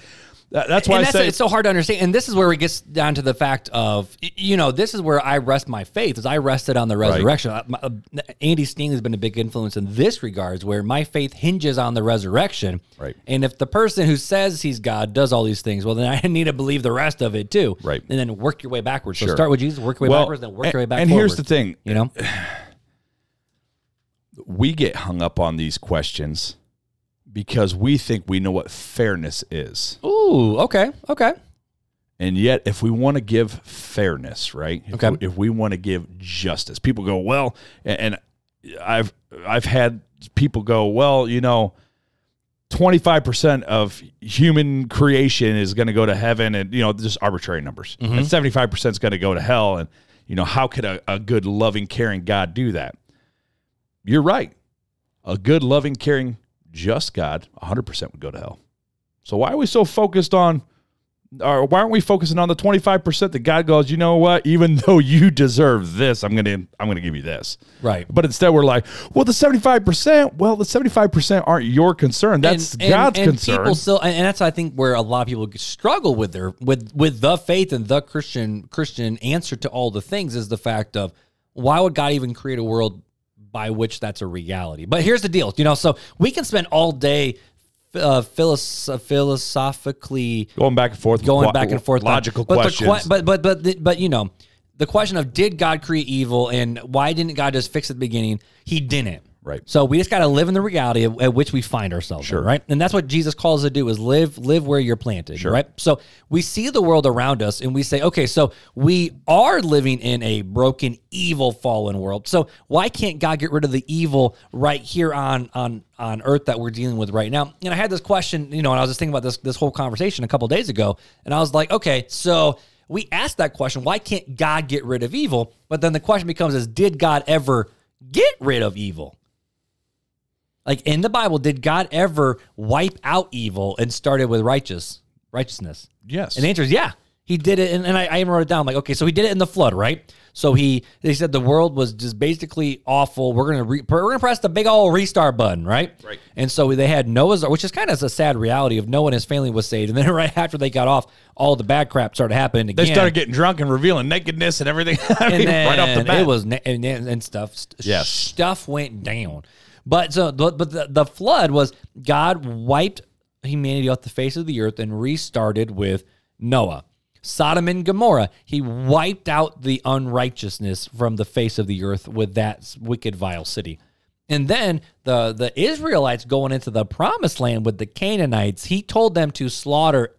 Speaker 3: that- that's why
Speaker 2: and
Speaker 3: I
Speaker 2: that's
Speaker 3: say,
Speaker 2: it's so hard to understand. And this is where it gets down to the fact of y- you know this is where I rest my faith is I rested on the resurrection. Uh, my- uh, Andy Steen has been a big influence in this regards where my faith hinges on the resurrection.
Speaker 3: Right.
Speaker 2: And if the person who says he's God does all these things, well then I need to believe the rest of it too.
Speaker 3: Right.
Speaker 2: And then work your way backwards. So
Speaker 3: Sure.
Speaker 2: start with Jesus, work your way
Speaker 3: Well,
Speaker 2: backwards, then work your way
Speaker 3: and-
Speaker 2: back.
Speaker 3: and here's
Speaker 2: forward.
Speaker 3: the thing.
Speaker 2: you know,
Speaker 3: we get hung up on these questions because we think we know what fairness is.
Speaker 2: ooh, okay, okay,
Speaker 3: And yet, if we want to give fairness, right? If
Speaker 2: Okay.
Speaker 3: we- If we want to give justice, people go well, and, and I've I've had people go well. You know, twenty five percent of human creation is going to go to heaven, and you know, just arbitrary numbers. And seventy five percent is going to go to hell. And you know, how could a, a good, loving, caring God do that? You're right. A good, loving, caring, just God, hundred percent would go to hell. So why are we so focused on? or why aren't we focusing on the 25% that God goes, you know what, even though you deserve this, I'm going to I'm going to give you this.
Speaker 2: right.
Speaker 3: But instead we're like, well the 75%, well the 75% aren't your concern. That's God's concern.
Speaker 2: People still, and, and that's I think where a lot of people struggle with their with with the faith and the Christian Christian answer to all the things is the fact of why would God even create a world by which that's a reality? But here's the deal, you know. So we can spend all day uh, philosoph- philosophically
Speaker 3: going back and forth.
Speaker 2: going
Speaker 3: lo-
Speaker 2: back and forth. on-
Speaker 3: Logical
Speaker 2: but the que-
Speaker 3: questions.
Speaker 2: but but but the- but you know, the question of did God create evil and why didn't God just fix it at the beginning? He didn't.
Speaker 3: Right.
Speaker 2: So we just got to live in the reality of, at which we find ourselves. Sure. right. And that's what Jesus calls us to do: is live live where you're planted. Right. So we see the world around us and we say, okay, so we are living in a broken, evil, fallen world. So why can't God get rid of the evil right here on on on earth that we're dealing with right now? And I had this question, you know, and I was just thinking about this this whole conversation a couple days ago, and I was like, okay, so we asked that question why can't god get rid of evil but then the question becomes is did god ever get rid of evil like in the bible did god ever wipe out evil and started with righteous righteousness
Speaker 3: yes.
Speaker 2: and the answer is yeah. He did it, and, and I, I even wrote it down. Like, okay, so he did it in the flood, right? So he, they said the world was just basically awful. We're gonna re, we're gonna press the big old restart button, right? Right. And so they had Noah's, which is kind of a sad reality of Noah and his family was saved, and then right after they got off, all the bad crap started happening again.
Speaker 3: they started getting drunk and revealing nakedness and everything I
Speaker 2: and
Speaker 3: mean,
Speaker 2: then
Speaker 3: right off the bat.
Speaker 2: it was na- and, and and stuff. st-
Speaker 3: Yes.
Speaker 2: stuff went down. But so, but, but the, the flood was God wiped humanity off the face of the earth and restarted with Noah, Sodom and Gomorrah. He wiped out the unrighteousness from the face of the earth with that wicked, vile city. And then the the Israelites going into the promised land with the Canaanites, he told them to slaughter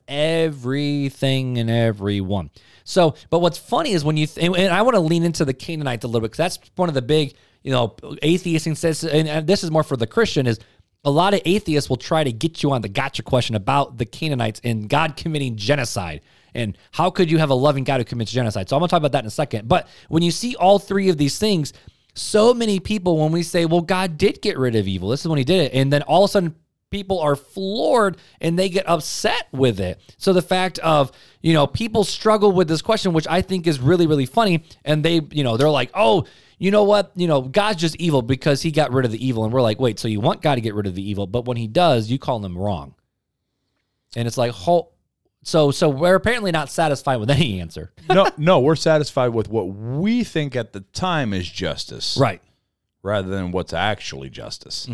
Speaker 2: everything and everyone. So, but what's funny is when you th- and- and I want to lean into the Canaanites a little bit because that's one of the big you know atheists and says and, and this is more for the Christian is a lot of atheists will try to get you on the gotcha question about the Canaanites and God committing genocide. And how could you have a loving God who commits genocide? So I'm going to talk about that in a second. But when you see all three of these things, so many people, when we say, well, God did get rid of evil, this is when he did it. And then all of a sudden, people are floored and they get upset with it. So the fact of, you know, people struggle with this question, which I think is really, really funny. And they, you know, they're like, oh, you know what? You know, God's just evil because he got rid of the evil. And we're like, wait, so you want God to get rid of the evil, but when he does, you call him wrong. And it's like, whole. So, so we're apparently not satisfied with any answer,
Speaker 3: no, no, we're satisfied with what we think at the time is justice
Speaker 2: right? Mm-hmm.
Speaker 3: rather than what's actually justice.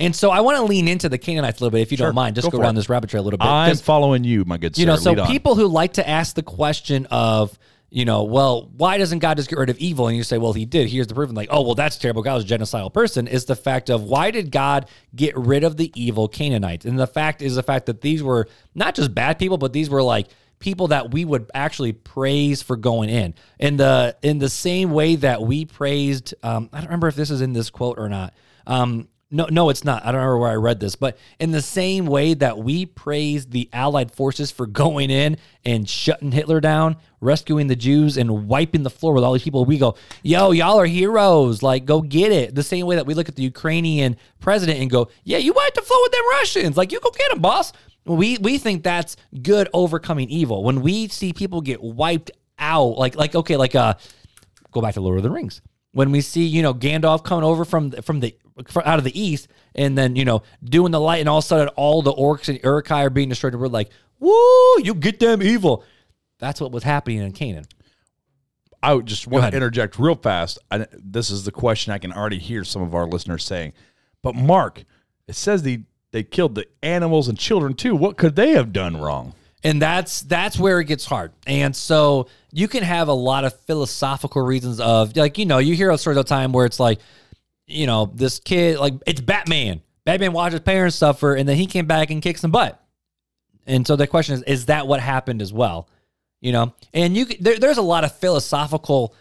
Speaker 2: And so, I want to lean into the Canaanites a little bit, if you don't mind. Just
Speaker 3: Go
Speaker 2: go,
Speaker 3: for it.
Speaker 2: down this rabbit trail a little bit.
Speaker 3: I'm
Speaker 2: 'cause-
Speaker 3: following you, my good sir.
Speaker 2: you know,
Speaker 3: Lead
Speaker 2: so
Speaker 3: on.
Speaker 2: people who like to ask the question of, you know, well, why doesn't God just get rid of evil? And you say, well, he did. Here's the proof. And like, oh, well, that's terrible. God was a genocidal person. Is the fact of why did God get rid of the evil Canaanites? And the fact is the fact that these were not just bad people, but these were like people that we would actually praise for going in. In the in the same way that we praised, um, I don't remember if this is in this quote or not. Um, no, no, it's not. I don't remember where I read this, but in the same way that we praised the Allied forces for going in and shutting Hitler down, rescuing the Jews, and wiping the floor with all these people, we go, "Yo, y'all are heroes! Like, go get it." The same way that we look at the Ukrainian president and go, "Yeah, you wiped the floor with them Russians! Like, you go get them, boss." We we think that's good overcoming evil. When we see people get wiped out, like like okay, like uh go back to Lord of the Rings. When we see you know Gandalf coming over from the, from the from out of the east, and then you know doing the light, and all of a sudden all the orcs and Urukai are being destroyed, and we're like, "Woo! You get them evil." That's what was happening in Canaan.
Speaker 3: I would just want
Speaker 2: ahead.
Speaker 3: to interject real fast. I, this is the question I can already hear some of our listeners saying. But Mark, it says the, they killed the animals and children too. What could they have done wrong?
Speaker 2: and that's that's where it gets hard and so you can have a lot of philosophical reasons of like you know you hear a stories all the time where it's like you know this kid like it's batman batman watched his parents suffer and then he came back and kicked some butt and so the question is is that what happened as well you know and you c- there, there's a lot of philosophical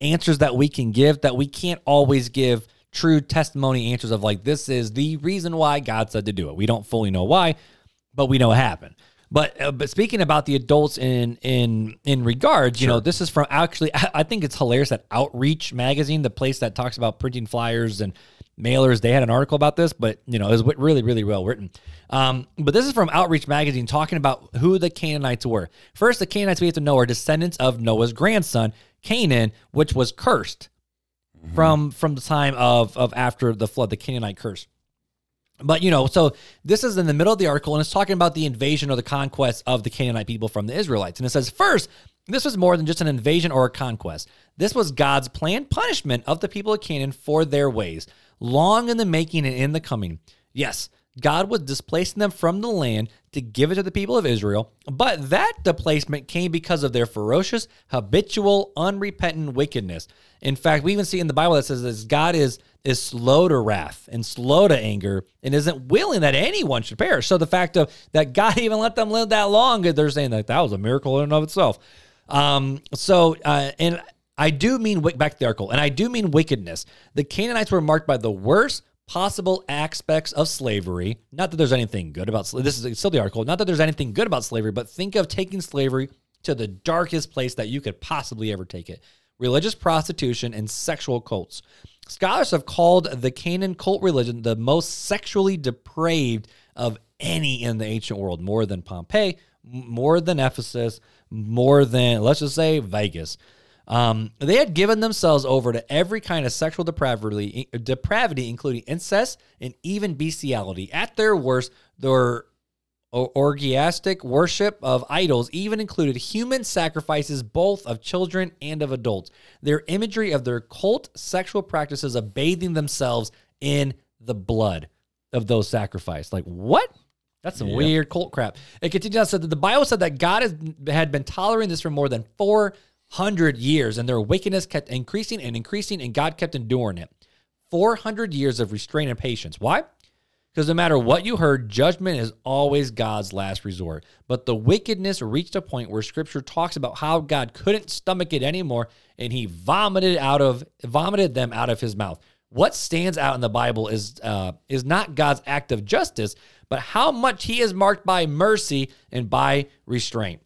Speaker 2: answers that we can give that we can't always give true testimony answers of like this is the reason why god said to do it we don't fully know why but we know it happened but uh, but speaking about the adults in in in regards you know this is from actually I, I think it's hilarious that outreach magazine the place that talks about printing flyers and mailers they had an article about this but you know it was wi- really really well written um, but this is from outreach magazine talking about who the canaanites were first the canaanites we have to know are descendants of noah's grandson canaan which was cursed from from the time of of after the flood the canaanite curse but you know, so this is in the middle of the article, and it's talking about the invasion or the conquest of the Canaanite people from the Israelites. And it says, first, this was more than just an invasion or a conquest. This was God's planned punishment of the people of Canaan for their ways, long in the making and in the coming. Yes, God was displacing them from the land to give it to the people of Israel, but that displacement came because of their ferocious, habitual, unrepentant wickedness. In fact, we even see in the Bible that says this God is is slow to wrath and slow to anger and isn't willing that anyone should perish. So the fact of that God even let them live that long, they're saying that that was a miracle in and of itself. Um, so uh, and I do mean wick- back to the article, and I do mean wickedness. The Canaanites were marked by the worst possible aspects of slavery. Not that there's anything good about slavery. This is still the article. Not that there's anything good about slavery, but think of taking slavery to the darkest place that you could possibly ever take it: religious prostitution and sexual cults. Scholars have called the Canaan cult religion the most sexually depraved of any in the ancient world, more than Pompeii, m- more than Ephesus, more than, let's just say, Vegas. Um, they had given themselves over to every kind of sexual depravity, depravity, including incest and even bestiality. At their worst, their o- orgiastic worship of idols even included human sacrifices, both of children and of adults. Their imagery of their cult sexual practices of bathing themselves in the blood of those sacrificed. Like, what? That's some weird cult crap. It continues on, said that the Bible said that God has, had been tolerating this for more than 400 years, and their wickedness kept increasing and increasing, and God kept enduring it. 400 years of restraint and patience. Why? Because no matter what you heard, judgment is always God's last resort. But the wickedness reached a point where Scripture talks about how God couldn't stomach it anymore, and He vomited out of vomited them out of His mouth. What stands out in the Bible is uh, is not God's act of justice, but how much He is marked by mercy and by restraint.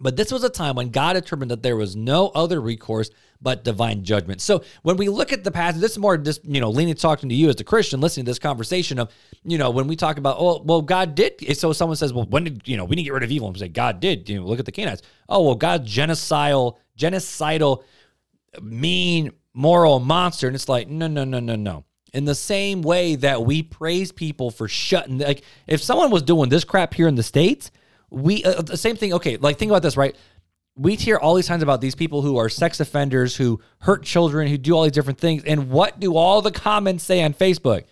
Speaker 2: But this was a time when God determined that there was no other recourse but divine judgment. So when we look at the passage, this is more just, you know, leaning talking to you as the Christian, listening to this conversation of, you know, when we talk about, oh, well, God did. So someone says, well, when did, you know, we need to get rid of evil. And we say, God did. You know, look at the Canaanites. Oh, well, God's genocidal, genocidal mean moral monster and it's like no no no no no in the same way that we praise people for shutting like if someone was doing this crap here in the states we uh, the same thing okay like think about this right we hear all these times about these people who are sex offenders who hurt children who do all these different things and what do all the comments say on facebook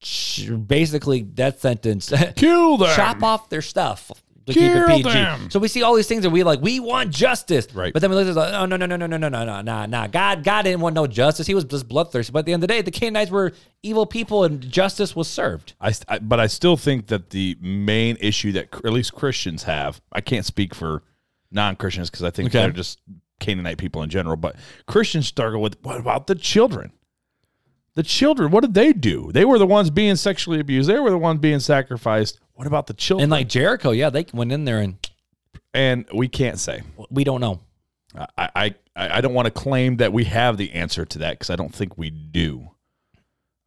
Speaker 2: Ch- basically that sentence
Speaker 3: Kill them.
Speaker 2: chop off their stuff to keep
Speaker 3: Kill
Speaker 2: it PG.
Speaker 3: them.
Speaker 2: So we see all these things and we like, we want justice.
Speaker 1: Right.
Speaker 2: But then we look at this like, oh no, no, no, no, no, no, no, no, nah, nah. God, God didn't want no justice. He was just bloodthirsty. But at the end of the day, the Canaanites were evil people and justice was served.
Speaker 3: I, st- I- but I still think that the main issue that cr- at least Christians have, I can't speak for non-Christians because I think
Speaker 2: Okay.
Speaker 3: they're just Canaanite people in general. But Christians struggle with what about the children? The children, what did they do? They were the ones being sexually abused. They were the ones being sacrificed. What about the
Speaker 2: And
Speaker 3: children?
Speaker 2: like Jericho, yeah, they went in there and
Speaker 3: And, we can't say.
Speaker 2: we don't know.
Speaker 3: I, I, I I don't want to claim that we have the answer to that because I don't think we do.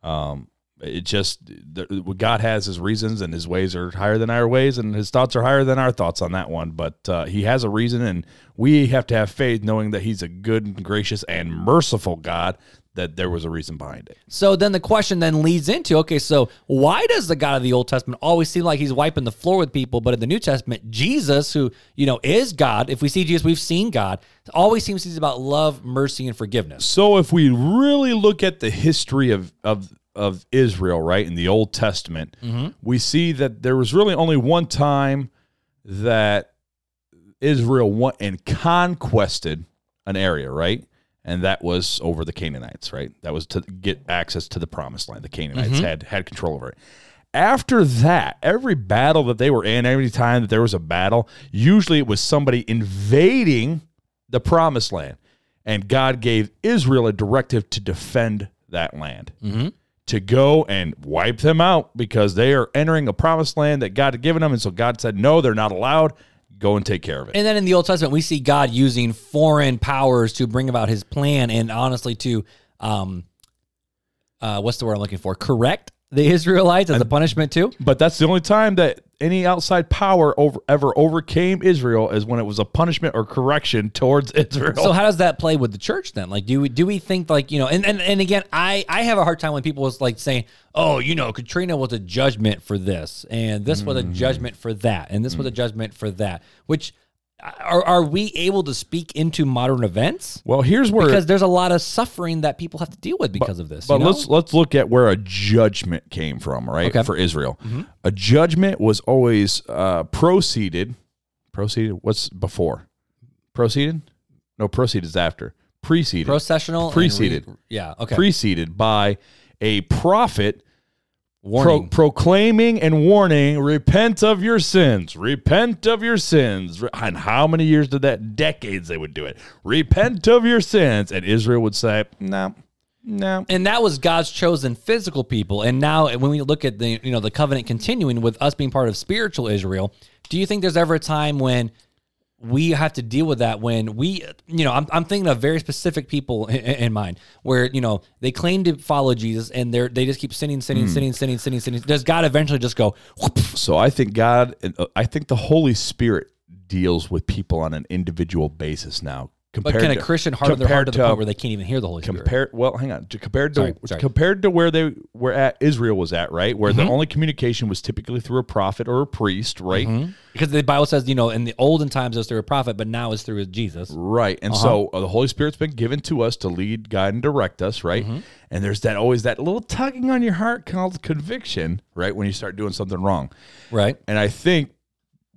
Speaker 3: Um, it just the, what God has His reasons and His ways are higher than our ways, and His thoughts are higher than our thoughts on that one. But uh, He has a reason, and we have to have faith, knowing that He's a good, and gracious, and merciful God. That there was a reason behind it.
Speaker 2: So then the question then leads into okay, so why does the God of the Old Testament always seem like he's wiping the floor with people, but in the New Testament, Jesus, who you know is God, if we see Jesus, we've seen God, always seems he's about love, mercy, and forgiveness.
Speaker 3: So if we really look at the history of of of Israel, right, in the Old Testament, we see that there was really only one time that Israel went and conquested an area, right? And that was over the Canaanites, right? That was to get access to the promised land. The Canaanites had had control over it. After that, every battle that they were in, every time that there was a battle, usually it was somebody invading the promised land. And God gave Israel a directive to defend that land, to go and wipe them out because they are entering a promised land that God had given them. And so God said, No, they're not allowed. Go and take care of it.
Speaker 2: And then in the Old Testament, we see God using foreign powers to bring about his plan and honestly to um uh what's the word I'm looking for? Correct the Israelites as a punishment too.
Speaker 3: But that's the only time that any outside power over, ever overcame Israel is when it was a punishment or correction towards Israel.
Speaker 2: So how does that play with the church then? Like, do we do we think like you know? And and, and again, I I have a hard time when people was like saying, oh, you know, Katrina was a judgment for this, and this was a judgment for that, and this was a judgment for that. Which uh, are are we able to speak into modern events?
Speaker 3: well, here's where
Speaker 2: Because there's a lot of suffering that people have to deal with because of this.
Speaker 3: But
Speaker 2: you know?
Speaker 3: let's let's look at where a judgment came from, right?
Speaker 2: Okay. Mm-hmm.
Speaker 3: For Israel, a judgment was always uh, proceeded. Proceeded. What's before? Proceeded. No, proceeded is after. Preceded.
Speaker 2: processional and
Speaker 3: Preceded.
Speaker 2: re- yeah. Okay.
Speaker 3: Preceded by a prophet pro-
Speaker 2: Warning.
Speaker 3: proclaiming and warning, repent of your sins, repent of your sins. Re- And how many years did that? Decades they would do it. Repent of your sins, and Israel would say, no, no.
Speaker 2: and that was God's chosen physical people. And now when we look at the you know the covenant continuing with us being part of spiritual Israel, do you think there's ever a time when we have to deal with that when we you know I'm, I'm thinking of very specific people in, in mind where you know they claim to follow jesus and they're they just keep sinning
Speaker 3: Hmm.
Speaker 2: sinning sinning sinning sinning sinning does god eventually just go whoop,
Speaker 3: So I think God, and uh, I think the Holy Spirit deals with people on an individual basis now.
Speaker 2: but
Speaker 3: Compared
Speaker 2: can a
Speaker 3: to-
Speaker 2: christian harden their heart to
Speaker 3: compared
Speaker 2: the point where they can't even hear the holy spirit
Speaker 3: compared. Well, hang on. To- Compared to
Speaker 2: Sorry, sorry. Mm-hmm.
Speaker 3: compared to where they were at, Israel was at right, where the only communication was typically through a prophet or a priest, right?
Speaker 2: because the bible says you know in the olden times it was through a prophet but now it's through jesus
Speaker 3: Right. And
Speaker 2: Uh-huh.
Speaker 3: so uh, the Holy Spirit's been given to us to lead, guide, and direct us, right?
Speaker 2: Mm-hmm.
Speaker 3: And there's that always that little tugging on your heart called conviction, right? When you start doing something wrong.
Speaker 2: right
Speaker 3: And I think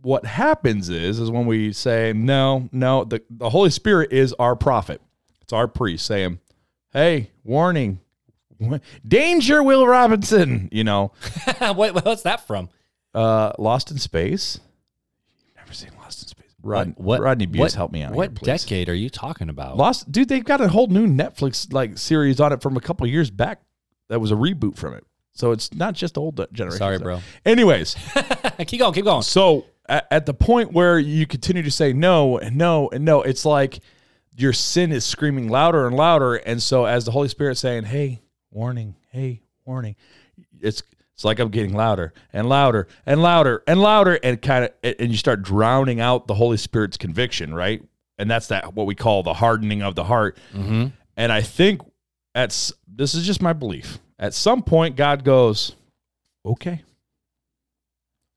Speaker 3: what happens is is when we say no, no, the, the Holy Spirit is our prophet. It's our priest saying, "Hey, warning. Danger, Will Robinson, you know,
Speaker 2: what, what's that from
Speaker 3: uh Lost in Space. Never seen Lost in Space. Rod, Rodney Buse, help me out.
Speaker 2: What
Speaker 3: here, please.
Speaker 2: decade are you talking about?
Speaker 3: Lost dude, they've got a whole new Netflix like series on it from a couple years back that was a reboot from it. So it's not just old generation.
Speaker 2: Sorry,
Speaker 3: So-
Speaker 2: bro.
Speaker 3: Anyways,
Speaker 2: keep going, keep going.
Speaker 3: so at, at the point where you continue to say no and no and no, it's like your sin is screaming louder and louder. And so as the Holy Spirit saying, "Hey, warning! Hey, warning!" It's it's like I'm getting louder and louder and louder and louder, and kind of and you start drowning out the Holy Spirit's conviction, right? And that's that what we call the hardening of the heart. And I think at s- this is just my belief. At some point, God goes, "Okay,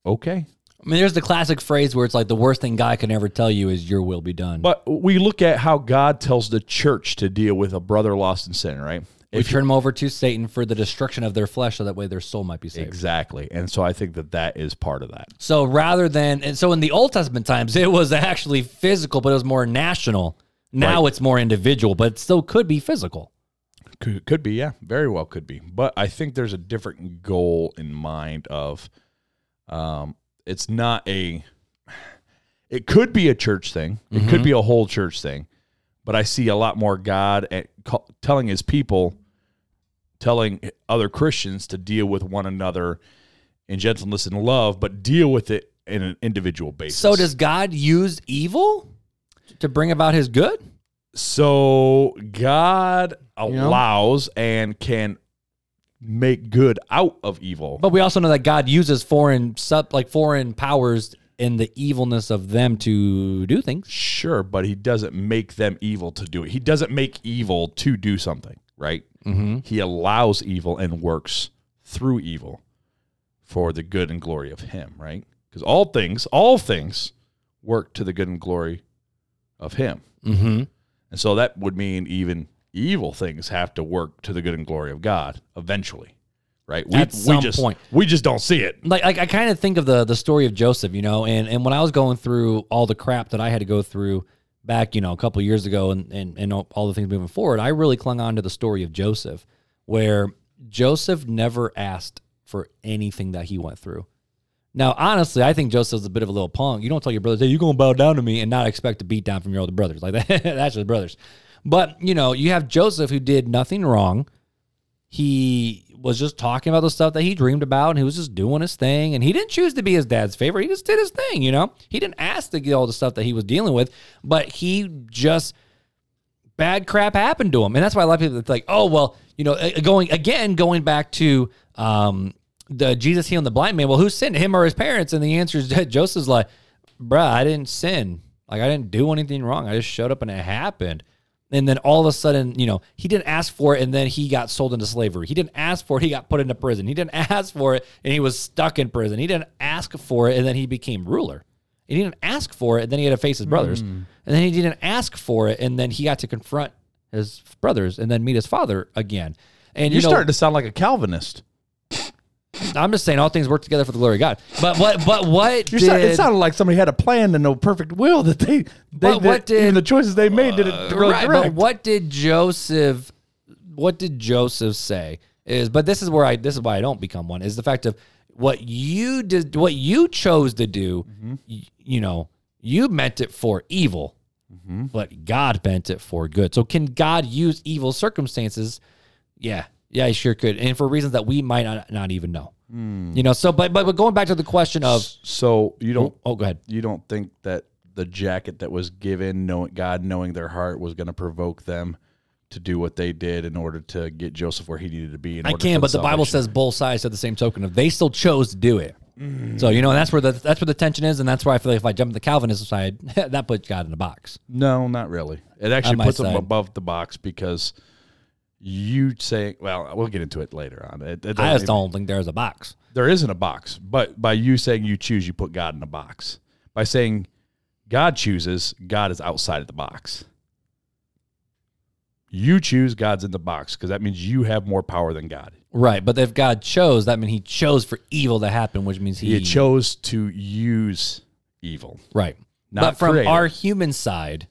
Speaker 3: okay,
Speaker 2: I mean, there's the classic phrase where it's like the worst thing God can ever tell you is your will be done.
Speaker 3: But we look at how God tells the church to deal with a brother lost in sin, right?
Speaker 2: we turn them over to Satan for the destruction of their flesh, so that way their soul might be saved.
Speaker 3: Exactly. And so I think that that is part of that.
Speaker 2: So rather than and so in the Old Testament times, it was actually physical, but it was more national. Now it's more individual, but it still could be physical.
Speaker 3: Could, could be, yeah, very well could be. But I think there's a different goal in mind of um it's not a it could be a church thing. It could
Speaker 2: Mm-hmm.
Speaker 3: be a whole church thing. But I see a lot more God at, ca- telling his people telling other Christians to deal with one another in gentleness and love, but deal with it in an individual basis.
Speaker 2: So does God use evil to bring about His good?
Speaker 3: So God allows and can make good out of evil.
Speaker 2: But we also know that God uses foreign sub like foreign powers and the evilness of them to do things.
Speaker 3: sure, but he doesn't make them evil to do it. He doesn't make evil to do something, right?
Speaker 2: Mm-hmm.
Speaker 3: He allows evil and works through evil for the good and glory of him, right? Because all things, all things work to the good and glory of him.
Speaker 2: Mm-hmm.
Speaker 3: And so that would mean even evil things have to work to the good and glory of God eventually, right? We,
Speaker 2: At some
Speaker 3: we just,
Speaker 2: point.
Speaker 3: We just don't see it.
Speaker 2: like, like I kind of think of the the story of Joseph, you know, and and when I was going through all the crap that I had to go through back, you know, a couple years ago, and and and all the things moving forward, I really clung on to the story of Joseph, where Joseph never asked for anything that he went through. Now, honestly, I think Joseph's a bit of a little punk. You don't tell your brothers, hey, you're going to bow down to me and not expect a beat down from your older brothers. Like, that, that's your brothers. But, you know, you have Joseph who did nothing wrong. He was just talking about the stuff that he dreamed about and he was just doing his thing. And he didn't choose to be his dad's favorite. He just did his thing, you know? He didn't ask to get all the stuff that he was dealing with, but he just bad crap happened to him. And that's why a lot of people are like, oh, well, you know, uh, going again, going back to um, the Jesus healing the blind man. Well, who sinned, him or his parents? And the answer is that Joseph's like, bruh, I didn't sin. Like, I didn't do anything wrong. I just showed up and it happened. And then all of a sudden, you know, he didn't ask for it. And then he got sold into slavery. He didn't ask for it. He got put into prison. He didn't ask for it. And he was stuck in prison. He didn't ask for it. And then he became ruler. And he didn't ask for it, and then he had to face his brothers.
Speaker 3: Hmm.
Speaker 2: And then he didn't ask for it, and then he got to confront his brothers and then meet his father again. And you
Speaker 3: You're
Speaker 2: know,
Speaker 3: starting to sound like a Calvinist.
Speaker 2: I'm just saying all things work together for the glory of God. But what but what
Speaker 3: You're
Speaker 2: did,
Speaker 3: sound- it sounded like somebody had a plan and no perfect will that they, they
Speaker 2: But what
Speaker 3: that even
Speaker 2: did-
Speaker 3: the choices they made didn't really
Speaker 2: right,
Speaker 3: direct.
Speaker 2: but what did Joseph what did Joseph say? Is but this is where I this is why I don't become one is the fact of what you did what you chose to do, y- you know, you meant it for evil. But God meant it for good. So can God use evil circumstances? Yeah. Yeah, he sure could. And for reasons that we might not, not even know. You know, so but, but but going back to the question of
Speaker 3: so you don't
Speaker 2: oh go ahead.
Speaker 3: you don't think that the jacket that was given, knowing God knowing their heart was going to provoke them to do what they did in order to get Joseph where he needed to be. In
Speaker 2: I
Speaker 3: order
Speaker 2: can,
Speaker 3: for
Speaker 2: but the Bible
Speaker 3: salvation?
Speaker 2: says both sides have the same token of they still chose to do it. So you know that's where the that's where the tension is, and that's where I feel like if I jump the Calvinism side, that puts God in a box.
Speaker 3: No, not really. It actually
Speaker 2: my
Speaker 3: puts them
Speaker 2: side.
Speaker 3: above the box because you say, well, we'll get into it later on. It- it
Speaker 2: I just
Speaker 3: doesn't-
Speaker 2: don't think there's a box.
Speaker 3: There isn't a box, but by you saying you choose, you put God in a box. By saying God chooses, God is outside of the box. You choose, God's in the box because that means you have more power than God.
Speaker 2: Right, but if God chose, that means He chose for evil to happen, which means He
Speaker 3: You chose to use evil.
Speaker 2: Right,
Speaker 3: Not
Speaker 2: but from
Speaker 3: created.
Speaker 2: our human side,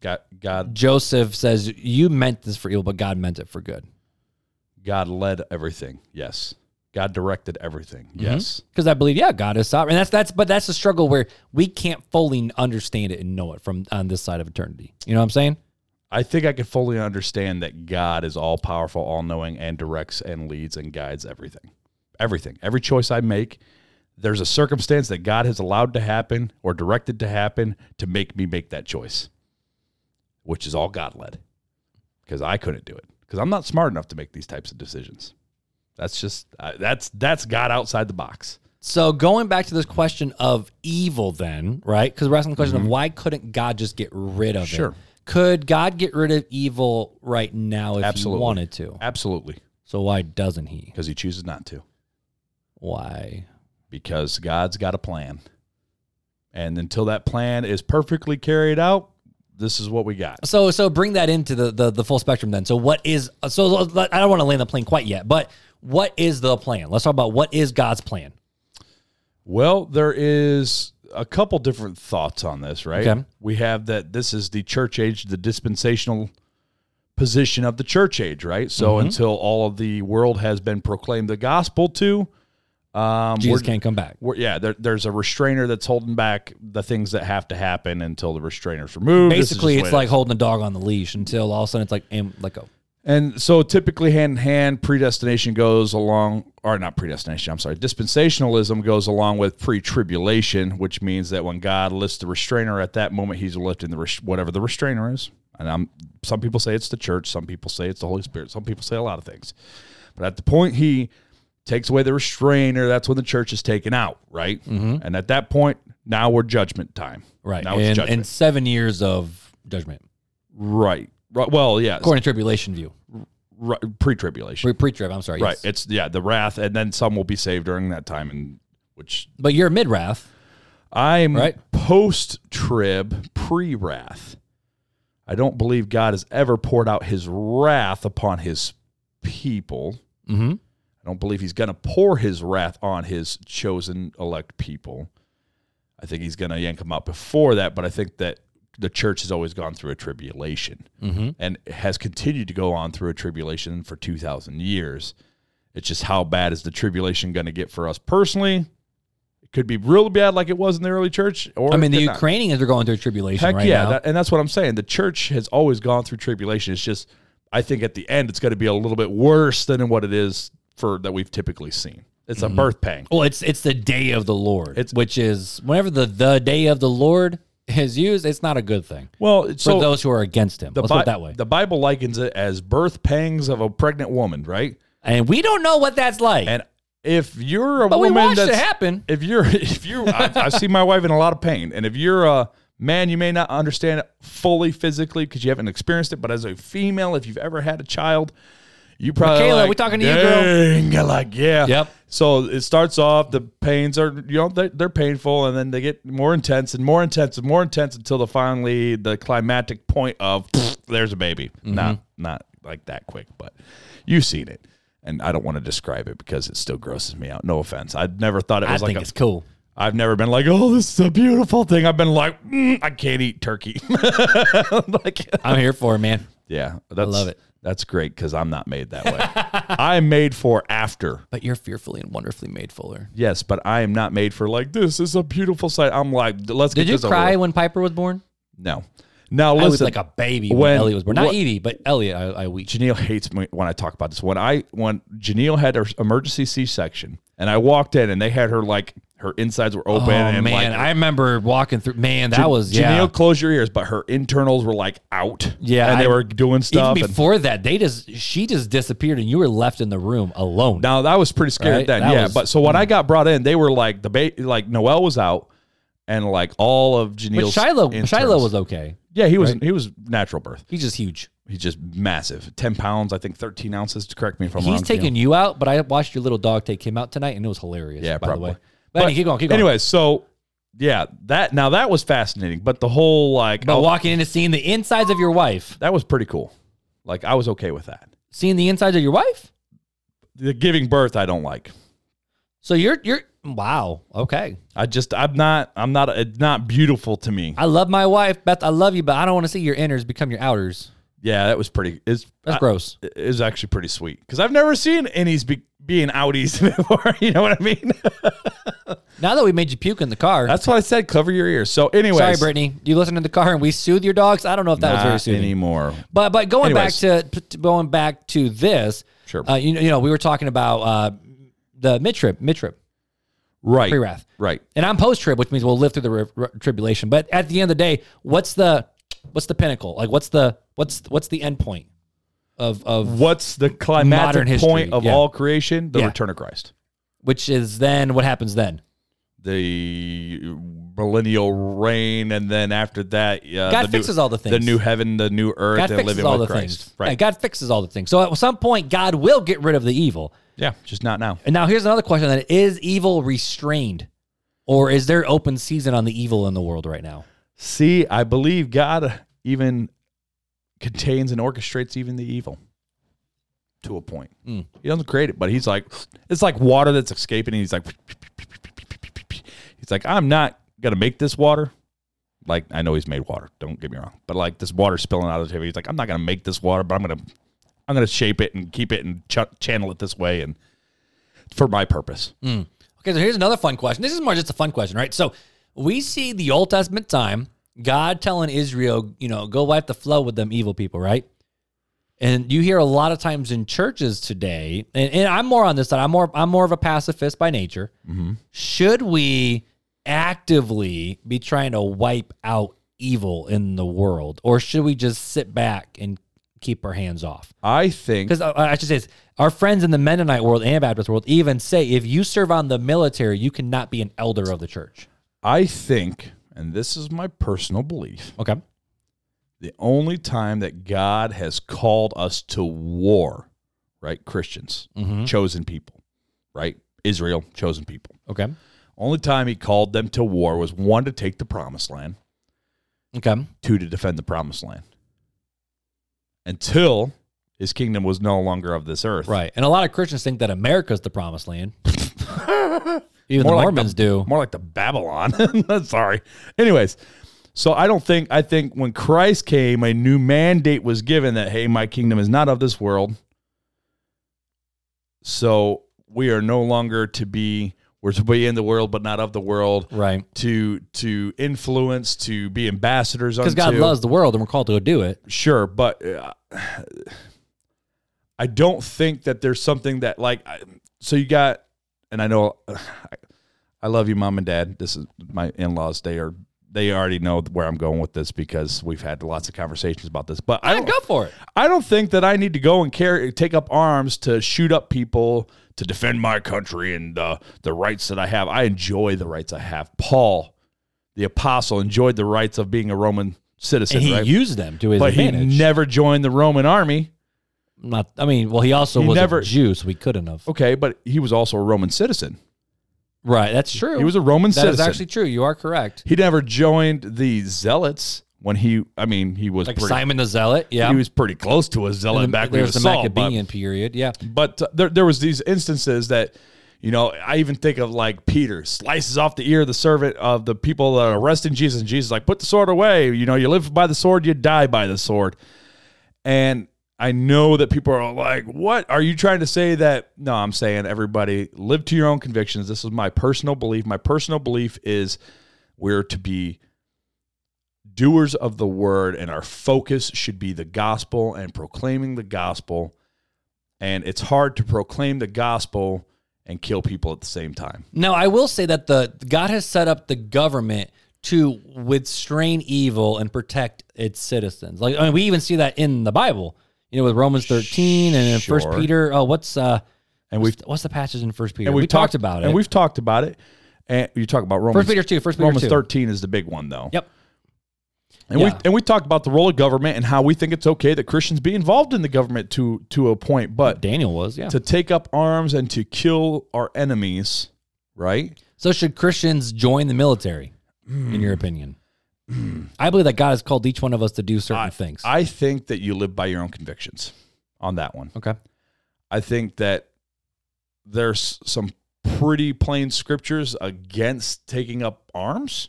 Speaker 3: God, God,
Speaker 2: Joseph says you meant this for evil, but God meant it for good.
Speaker 3: God led everything. Yes. God directed everything.
Speaker 2: Mm-hmm.
Speaker 3: Yes.
Speaker 2: because I believe, yeah, God is sovereign. And that's that's but that's a struggle where we can't fully understand it and know it from on this side of eternity. You know what I'm saying?
Speaker 3: I think I can fully understand that God is all powerful, all knowing, and directs and leads and guides everything. Everything. Every choice I make, there's a circumstance that God has allowed to happen or directed to happen to make me make that choice, which is all God led because I couldn't do it because I'm not smart enough to make these types of decisions. That's just, uh, that's, that's God outside the box.
Speaker 2: So going back to this question of evil, then right? Because we're asking the question of why couldn't God just get rid of it?
Speaker 3: Mm-hmm. Sure.
Speaker 2: Could God get rid of evil right now if
Speaker 3: Absolutely.
Speaker 2: He wanted to?
Speaker 3: Absolutely.
Speaker 2: So why doesn't He?
Speaker 3: Because he chooses not to.
Speaker 2: Why?
Speaker 3: because God's got a plan. And until that plan is perfectly carried out, this is what we got.
Speaker 2: So so bring that into the the, the full spectrum then. So what is so I don't want to land the plane quite yet, but what is the plan? Let's talk about what is God's plan.
Speaker 3: Well, there is a couple different thoughts on this, right?
Speaker 2: Okay.
Speaker 3: We have that this is the church age, the dispensational position of the church age, right? So
Speaker 2: Mm-hmm.
Speaker 3: until all of the world has been proclaimed the gospel to, um,
Speaker 2: Jesus
Speaker 3: we're,
Speaker 2: can't come back.
Speaker 3: we're- yeah, there, there's a restrainer that's holding back the things that have to happen until the restrainer's removed. This is
Speaker 2: Basically,
Speaker 3: just
Speaker 2: it's
Speaker 3: the way it
Speaker 2: like holding a dog on the leash until all of a sudden it's like, oh, and let go.
Speaker 3: And so typically hand in hand, predestination goes along, or not predestination, I'm sorry, dispensationalism goes along with pre tribulation, which means that when God lifts the restrainer at that moment, he's lifting the res- whatever the restrainer is. And I'm, some people say it's the church, some people say it's the Holy Spirit, some people say a lot of things. But at the point he takes away the restrainer, that's when the church is taken out, right? And at that point, now we're judgment time.
Speaker 2: Mm-hmm. Right.
Speaker 3: Now it's
Speaker 2: and,
Speaker 3: judgment.
Speaker 2: and seven years of judgment,
Speaker 3: right. Right. Well, yeah.
Speaker 2: according to tribulation view,
Speaker 3: Pre tribulation.
Speaker 2: pre trib. I'm sorry.
Speaker 3: Right.
Speaker 2: yes.
Speaker 3: It's yeah, the wrath, and then some will be saved during that time, and which
Speaker 2: But you're mid wrath.
Speaker 3: I'm
Speaker 2: Right.
Speaker 3: post trib, pre wrath. I don't believe God has ever poured out his wrath upon his people.
Speaker 2: Mm-hmm.
Speaker 3: I don't believe he's going to pour his wrath on his chosen elect people. I think he's going to yank them out before that, but I think that the church has always gone through a tribulation
Speaker 2: Mhm.
Speaker 3: and has continued to go on through a tribulation for 2,000 years. It's just how bad is the tribulation going to get for us personally? It could be really bad, like it was in the early church. Or
Speaker 2: I
Speaker 3: it
Speaker 2: mean, the
Speaker 3: could not.
Speaker 2: Ukrainians are going through tribulation
Speaker 3: Heck
Speaker 2: right
Speaker 3: yeah,
Speaker 2: now.
Speaker 3: that, and that's what I'm saying. The church has always gone through tribulation. It's just I think at the end it's going to be a little bit worse than what it is for that we've typically seen. It's
Speaker 2: Mm-hmm.
Speaker 3: a birth pang.
Speaker 2: well, it's it's the day of the Lord,
Speaker 3: It's-
Speaker 2: which is whenever the the day of the Lord is used, it's not a good thing
Speaker 3: Well,
Speaker 2: for
Speaker 3: so
Speaker 2: those who are against Him.
Speaker 3: the,
Speaker 2: Let's
Speaker 3: Bi-
Speaker 2: put it that way.
Speaker 3: the Bible likens it as birth pangs of a pregnant woman, right?
Speaker 2: and we don't know what that's like.
Speaker 3: And if you're a
Speaker 2: but we
Speaker 3: woman
Speaker 2: watched it
Speaker 3: that's
Speaker 2: happen.
Speaker 3: if you're if you I've, I've seen my wife in a lot of pain, and if you're a man, you may not understand it fully physically because you haven't experienced it. But as a female, if you've ever had a child, you probably
Speaker 2: Michaela,
Speaker 3: like,
Speaker 2: we talking to you, girl?
Speaker 3: "Dang," you're like yeah,
Speaker 2: Yep.
Speaker 3: So it starts off the pains are you know they're, they're painful, and then they get more intense and more intense and more intense until the finally the climactic point of there's a baby.
Speaker 2: Mm-hmm.
Speaker 3: Not not like that quick, but you've seen it. And I don't want to describe it because it still grosses me out. No offense. I've never thought it
Speaker 2: I
Speaker 3: was like
Speaker 2: think
Speaker 3: a
Speaker 2: it's cool.
Speaker 3: I've never been like, oh, this is a beautiful thing. I've been like, mm, I can't eat turkey. like,
Speaker 2: I'm here for it, man.
Speaker 3: yeah, that's,
Speaker 2: love it.
Speaker 3: That's great because I'm not made that way. I'm made for after.
Speaker 2: But you're fearfully and wonderfully made, Fuller.
Speaker 3: Yes, but I am not made for like this is a beautiful sight. I'm like, let's
Speaker 2: Did
Speaker 3: get
Speaker 2: you
Speaker 3: this over
Speaker 2: cry
Speaker 3: with.
Speaker 2: when Piper was born?
Speaker 3: No. Now
Speaker 2: I was
Speaker 3: listen,
Speaker 2: like a baby when,
Speaker 3: when-
Speaker 2: Elliot was born. Not
Speaker 3: what-
Speaker 2: Edie, but Elliot. I, I weep.
Speaker 3: Janelle hates me when I talk about this. When I when Janelle had her emergency C-section and I walked in and they had her like her insides were open
Speaker 2: Oh
Speaker 3: and
Speaker 2: man,
Speaker 3: like
Speaker 2: I remember walking through. Man, that was
Speaker 3: Janelle,
Speaker 2: yeah.
Speaker 3: close your ears, but her internals were like out.
Speaker 2: Yeah,
Speaker 3: and they
Speaker 2: I-
Speaker 3: were doing
Speaker 2: Even
Speaker 3: stuff. and-
Speaker 2: before that, they just she just disappeared, and you were left in the room alone.
Speaker 3: Now that was pretty scary
Speaker 2: Right?
Speaker 3: then.
Speaker 2: That
Speaker 3: yeah.
Speaker 2: was- mm.
Speaker 3: but so when I got brought in, they were like the ba- like Noel was out and like all of
Speaker 2: but
Speaker 3: Janelle's
Speaker 2: Shiloh,
Speaker 3: interns-
Speaker 2: Shiloh was okay.
Speaker 3: yeah he was he was natural birth.
Speaker 2: He's just huge.
Speaker 3: He's just massive, ten pounds I think thirteen ounces. Correct me if I'm wrong.
Speaker 2: He's
Speaker 3: Janelle.
Speaker 2: taking you out, but I watched your little dog take him out tonight, and it was hilarious.
Speaker 3: Yeah,
Speaker 2: by
Speaker 3: probably.
Speaker 2: the way. But, anyway, keep going, keep going.
Speaker 3: Anyway, so yeah, that now that was fascinating. But the whole like
Speaker 2: but
Speaker 3: oh,
Speaker 2: walking in and seeing the insides of your wife,
Speaker 3: that was pretty cool. Like I was okay with that.
Speaker 2: seeing the insides of your wife.
Speaker 3: The giving birth I don't like.
Speaker 2: So you're you're wow okay.
Speaker 3: I just I'm not I'm not it's not beautiful to me.
Speaker 2: I love my wife, Beth. I love you, but I don't want to see your inners become your outers.
Speaker 3: Yeah, that was pretty. It's
Speaker 2: That's
Speaker 3: I-
Speaker 2: gross.
Speaker 3: it was actually pretty sweet because I've never seen innies be, being outies before. You know what I mean?
Speaker 2: Now that we made you puke in the car,
Speaker 3: That's what I said. Cover your ears. So, anyway,
Speaker 2: sorry, Brittany. You listen in the car and we soothe your dogs. I don't know if that was very soothing.
Speaker 3: anymore.
Speaker 2: But but going
Speaker 3: Anyways.
Speaker 2: back to, to going back to this,
Speaker 3: Sure.
Speaker 2: Uh, you know, you know, we were talking about uh, the mid trip, mid trip,
Speaker 3: Right,
Speaker 2: pre wrath,
Speaker 3: right.
Speaker 2: and I'm post trip, which means we'll live through the ri- ri- tribulation. But at the end of the day, what's the what's the pinnacle? Like what's the what's what's the end point of of
Speaker 3: What's the
Speaker 2: Modern
Speaker 3: climactic
Speaker 2: history,
Speaker 3: point of
Speaker 2: yeah.
Speaker 3: all creation? The
Speaker 2: Yeah.
Speaker 3: return of Christ,
Speaker 2: which is then what happens then?
Speaker 3: the millennial reign, and then after that, uh,
Speaker 2: God
Speaker 3: the new-
Speaker 2: fixes all the things.
Speaker 3: The new heaven, the new earth,
Speaker 2: God
Speaker 3: and
Speaker 2: fixes
Speaker 3: living
Speaker 2: all
Speaker 3: with
Speaker 2: the
Speaker 3: Christ.
Speaker 2: things. Yeah,
Speaker 3: Right.
Speaker 2: God fixes all the things. So at some point, God will get rid of the evil.
Speaker 3: Yeah, just not now.
Speaker 2: And now here's another question: Then is evil restrained, or is there open season on the evil in the world right now?
Speaker 3: See, I believe God even contains and orchestrates even the evil to a point. He doesn't create it, but he's like, it's like water that's escaping. And he's like, he's like, I'm not going to make this water. Like, I know he's made water. Don't get me wrong. But like this water spilling out of the table, he's like, I'm not going to make this water, but I'm going to, I'm going to shape it and keep it and ch- channel it this way and for my purpose.
Speaker 2: Okay, so here's another fun question. This is more just a fun question, right? So we see the Old Testament time, God telling Israel, you know, go wipe the flow with them evil people, right? And you hear a lot of times in churches today, and, and I'm more on this side. I'm more I'm more of a pacifist by nature. Should we actively be trying to wipe out evil in the world, or should we just sit back and keep our hands off?
Speaker 3: I think
Speaker 2: Because uh, I should say this, our friends in the Mennonite world, Anabaptist world, even say if you serve on the military, you cannot be an elder of the church.
Speaker 3: I think, and this is my personal belief,
Speaker 2: Okay.
Speaker 3: the only time that God has called us to war, right? Christians,
Speaker 2: Mm-hmm.
Speaker 3: chosen people, right? Israel, chosen people.
Speaker 2: Okay.
Speaker 3: Only time he called them to war was one, to take the promised land,
Speaker 2: Okay.
Speaker 3: two, to defend the promised land. Until his kingdom was no longer of this earth.
Speaker 2: Right. And a lot of Christians think that America's the promised land. Even the
Speaker 3: like
Speaker 2: Mormons do.
Speaker 3: More like the Babylon. Sorry. Anyways, so I don't think I think when Christ came, a new mandate was given that hey, my kingdom is not of this world. So we are no longer to be we're to be in the world but not of the world.
Speaker 2: Right.
Speaker 3: To to influence, to be ambassadors
Speaker 2: Because
Speaker 3: unto
Speaker 2: God loves the world and we're called to go do it.
Speaker 3: sure, but uh, I don't think that there's something that like. I, so you got, and I know, I love you, mom and dad. This is my in-laws. They are they already know where I'm going with this because we've had lots of conversations about this. But I
Speaker 2: Yeah,
Speaker 3: don't,
Speaker 2: go for it.
Speaker 3: I don't think that I need to go and carry take up arms to shoot up people to defend my country and the the rights that I have. I enjoy the rights I have. Paul, the apostle, enjoyed the rights of being a Roman citizen.
Speaker 2: And he
Speaker 3: right?
Speaker 2: used them to his
Speaker 3: but
Speaker 2: advantage.
Speaker 3: he never joined the Roman army.
Speaker 2: Not, I mean, well, he also
Speaker 3: He
Speaker 2: was
Speaker 3: never-
Speaker 2: a Jew, so he couldn't have.
Speaker 3: Okay, but he was also a Roman citizen.
Speaker 2: Right. That's true.
Speaker 3: He was a Roman
Speaker 2: That is
Speaker 3: citizen.
Speaker 2: actually true. You are correct.
Speaker 3: he never joined the zealots when he. I mean, he was
Speaker 2: Like
Speaker 3: pretty.
Speaker 2: Simon the Zealot. Yeah.
Speaker 3: He was pretty close to a zealot
Speaker 2: And the-
Speaker 3: back when he was
Speaker 2: there's the
Speaker 3: Saul, but
Speaker 2: Maccabean period. Yeah.
Speaker 3: but uh, there, there was these instances that you know i even think of like peter slices off the ear of the servant of the people that are arresting jesus and jesus is like put the sword away you know you live by the sword you die by the sword and i know that people are like what are you trying to say that no i'm saying everybody live to your own convictions this is my personal belief my personal belief is we're to be doers of the word and our focus should be the gospel and proclaiming the gospel and it's hard to proclaim the gospel and kill people at the same time.
Speaker 2: Now, I will say that the God has set up the government to withstrain evil and protect its citizens. Like I mean, we even see that in the Bible. You know, with Romans thirteen and in First
Speaker 3: Sure.
Speaker 2: Peter. Oh, what's uh,
Speaker 3: And
Speaker 2: what's,
Speaker 3: we've
Speaker 2: what's the passage in First Peter?
Speaker 3: and
Speaker 2: we
Speaker 3: we've
Speaker 2: talked, about it.
Speaker 3: and we've talked about it. And you talk about Romans
Speaker 2: First Peter two. First Peter
Speaker 3: Romans
Speaker 2: two.
Speaker 3: thirteen is the big one though.
Speaker 2: Yep.
Speaker 3: And we
Speaker 2: Yeah.
Speaker 3: and we talked about the role of government and how we think it's okay that Christians be involved in the government to to a point, but
Speaker 2: Daniel was yeah.
Speaker 3: to take up arms and to kill our enemies, right?
Speaker 2: so should Christians join the military? In
Speaker 3: Hmm.
Speaker 2: your opinion, I believe that God has called each one of us to do certain things.
Speaker 3: I think that you live by your own convictions on that one.
Speaker 2: okay.
Speaker 3: I think that there's some pretty plain scriptures against taking up arms,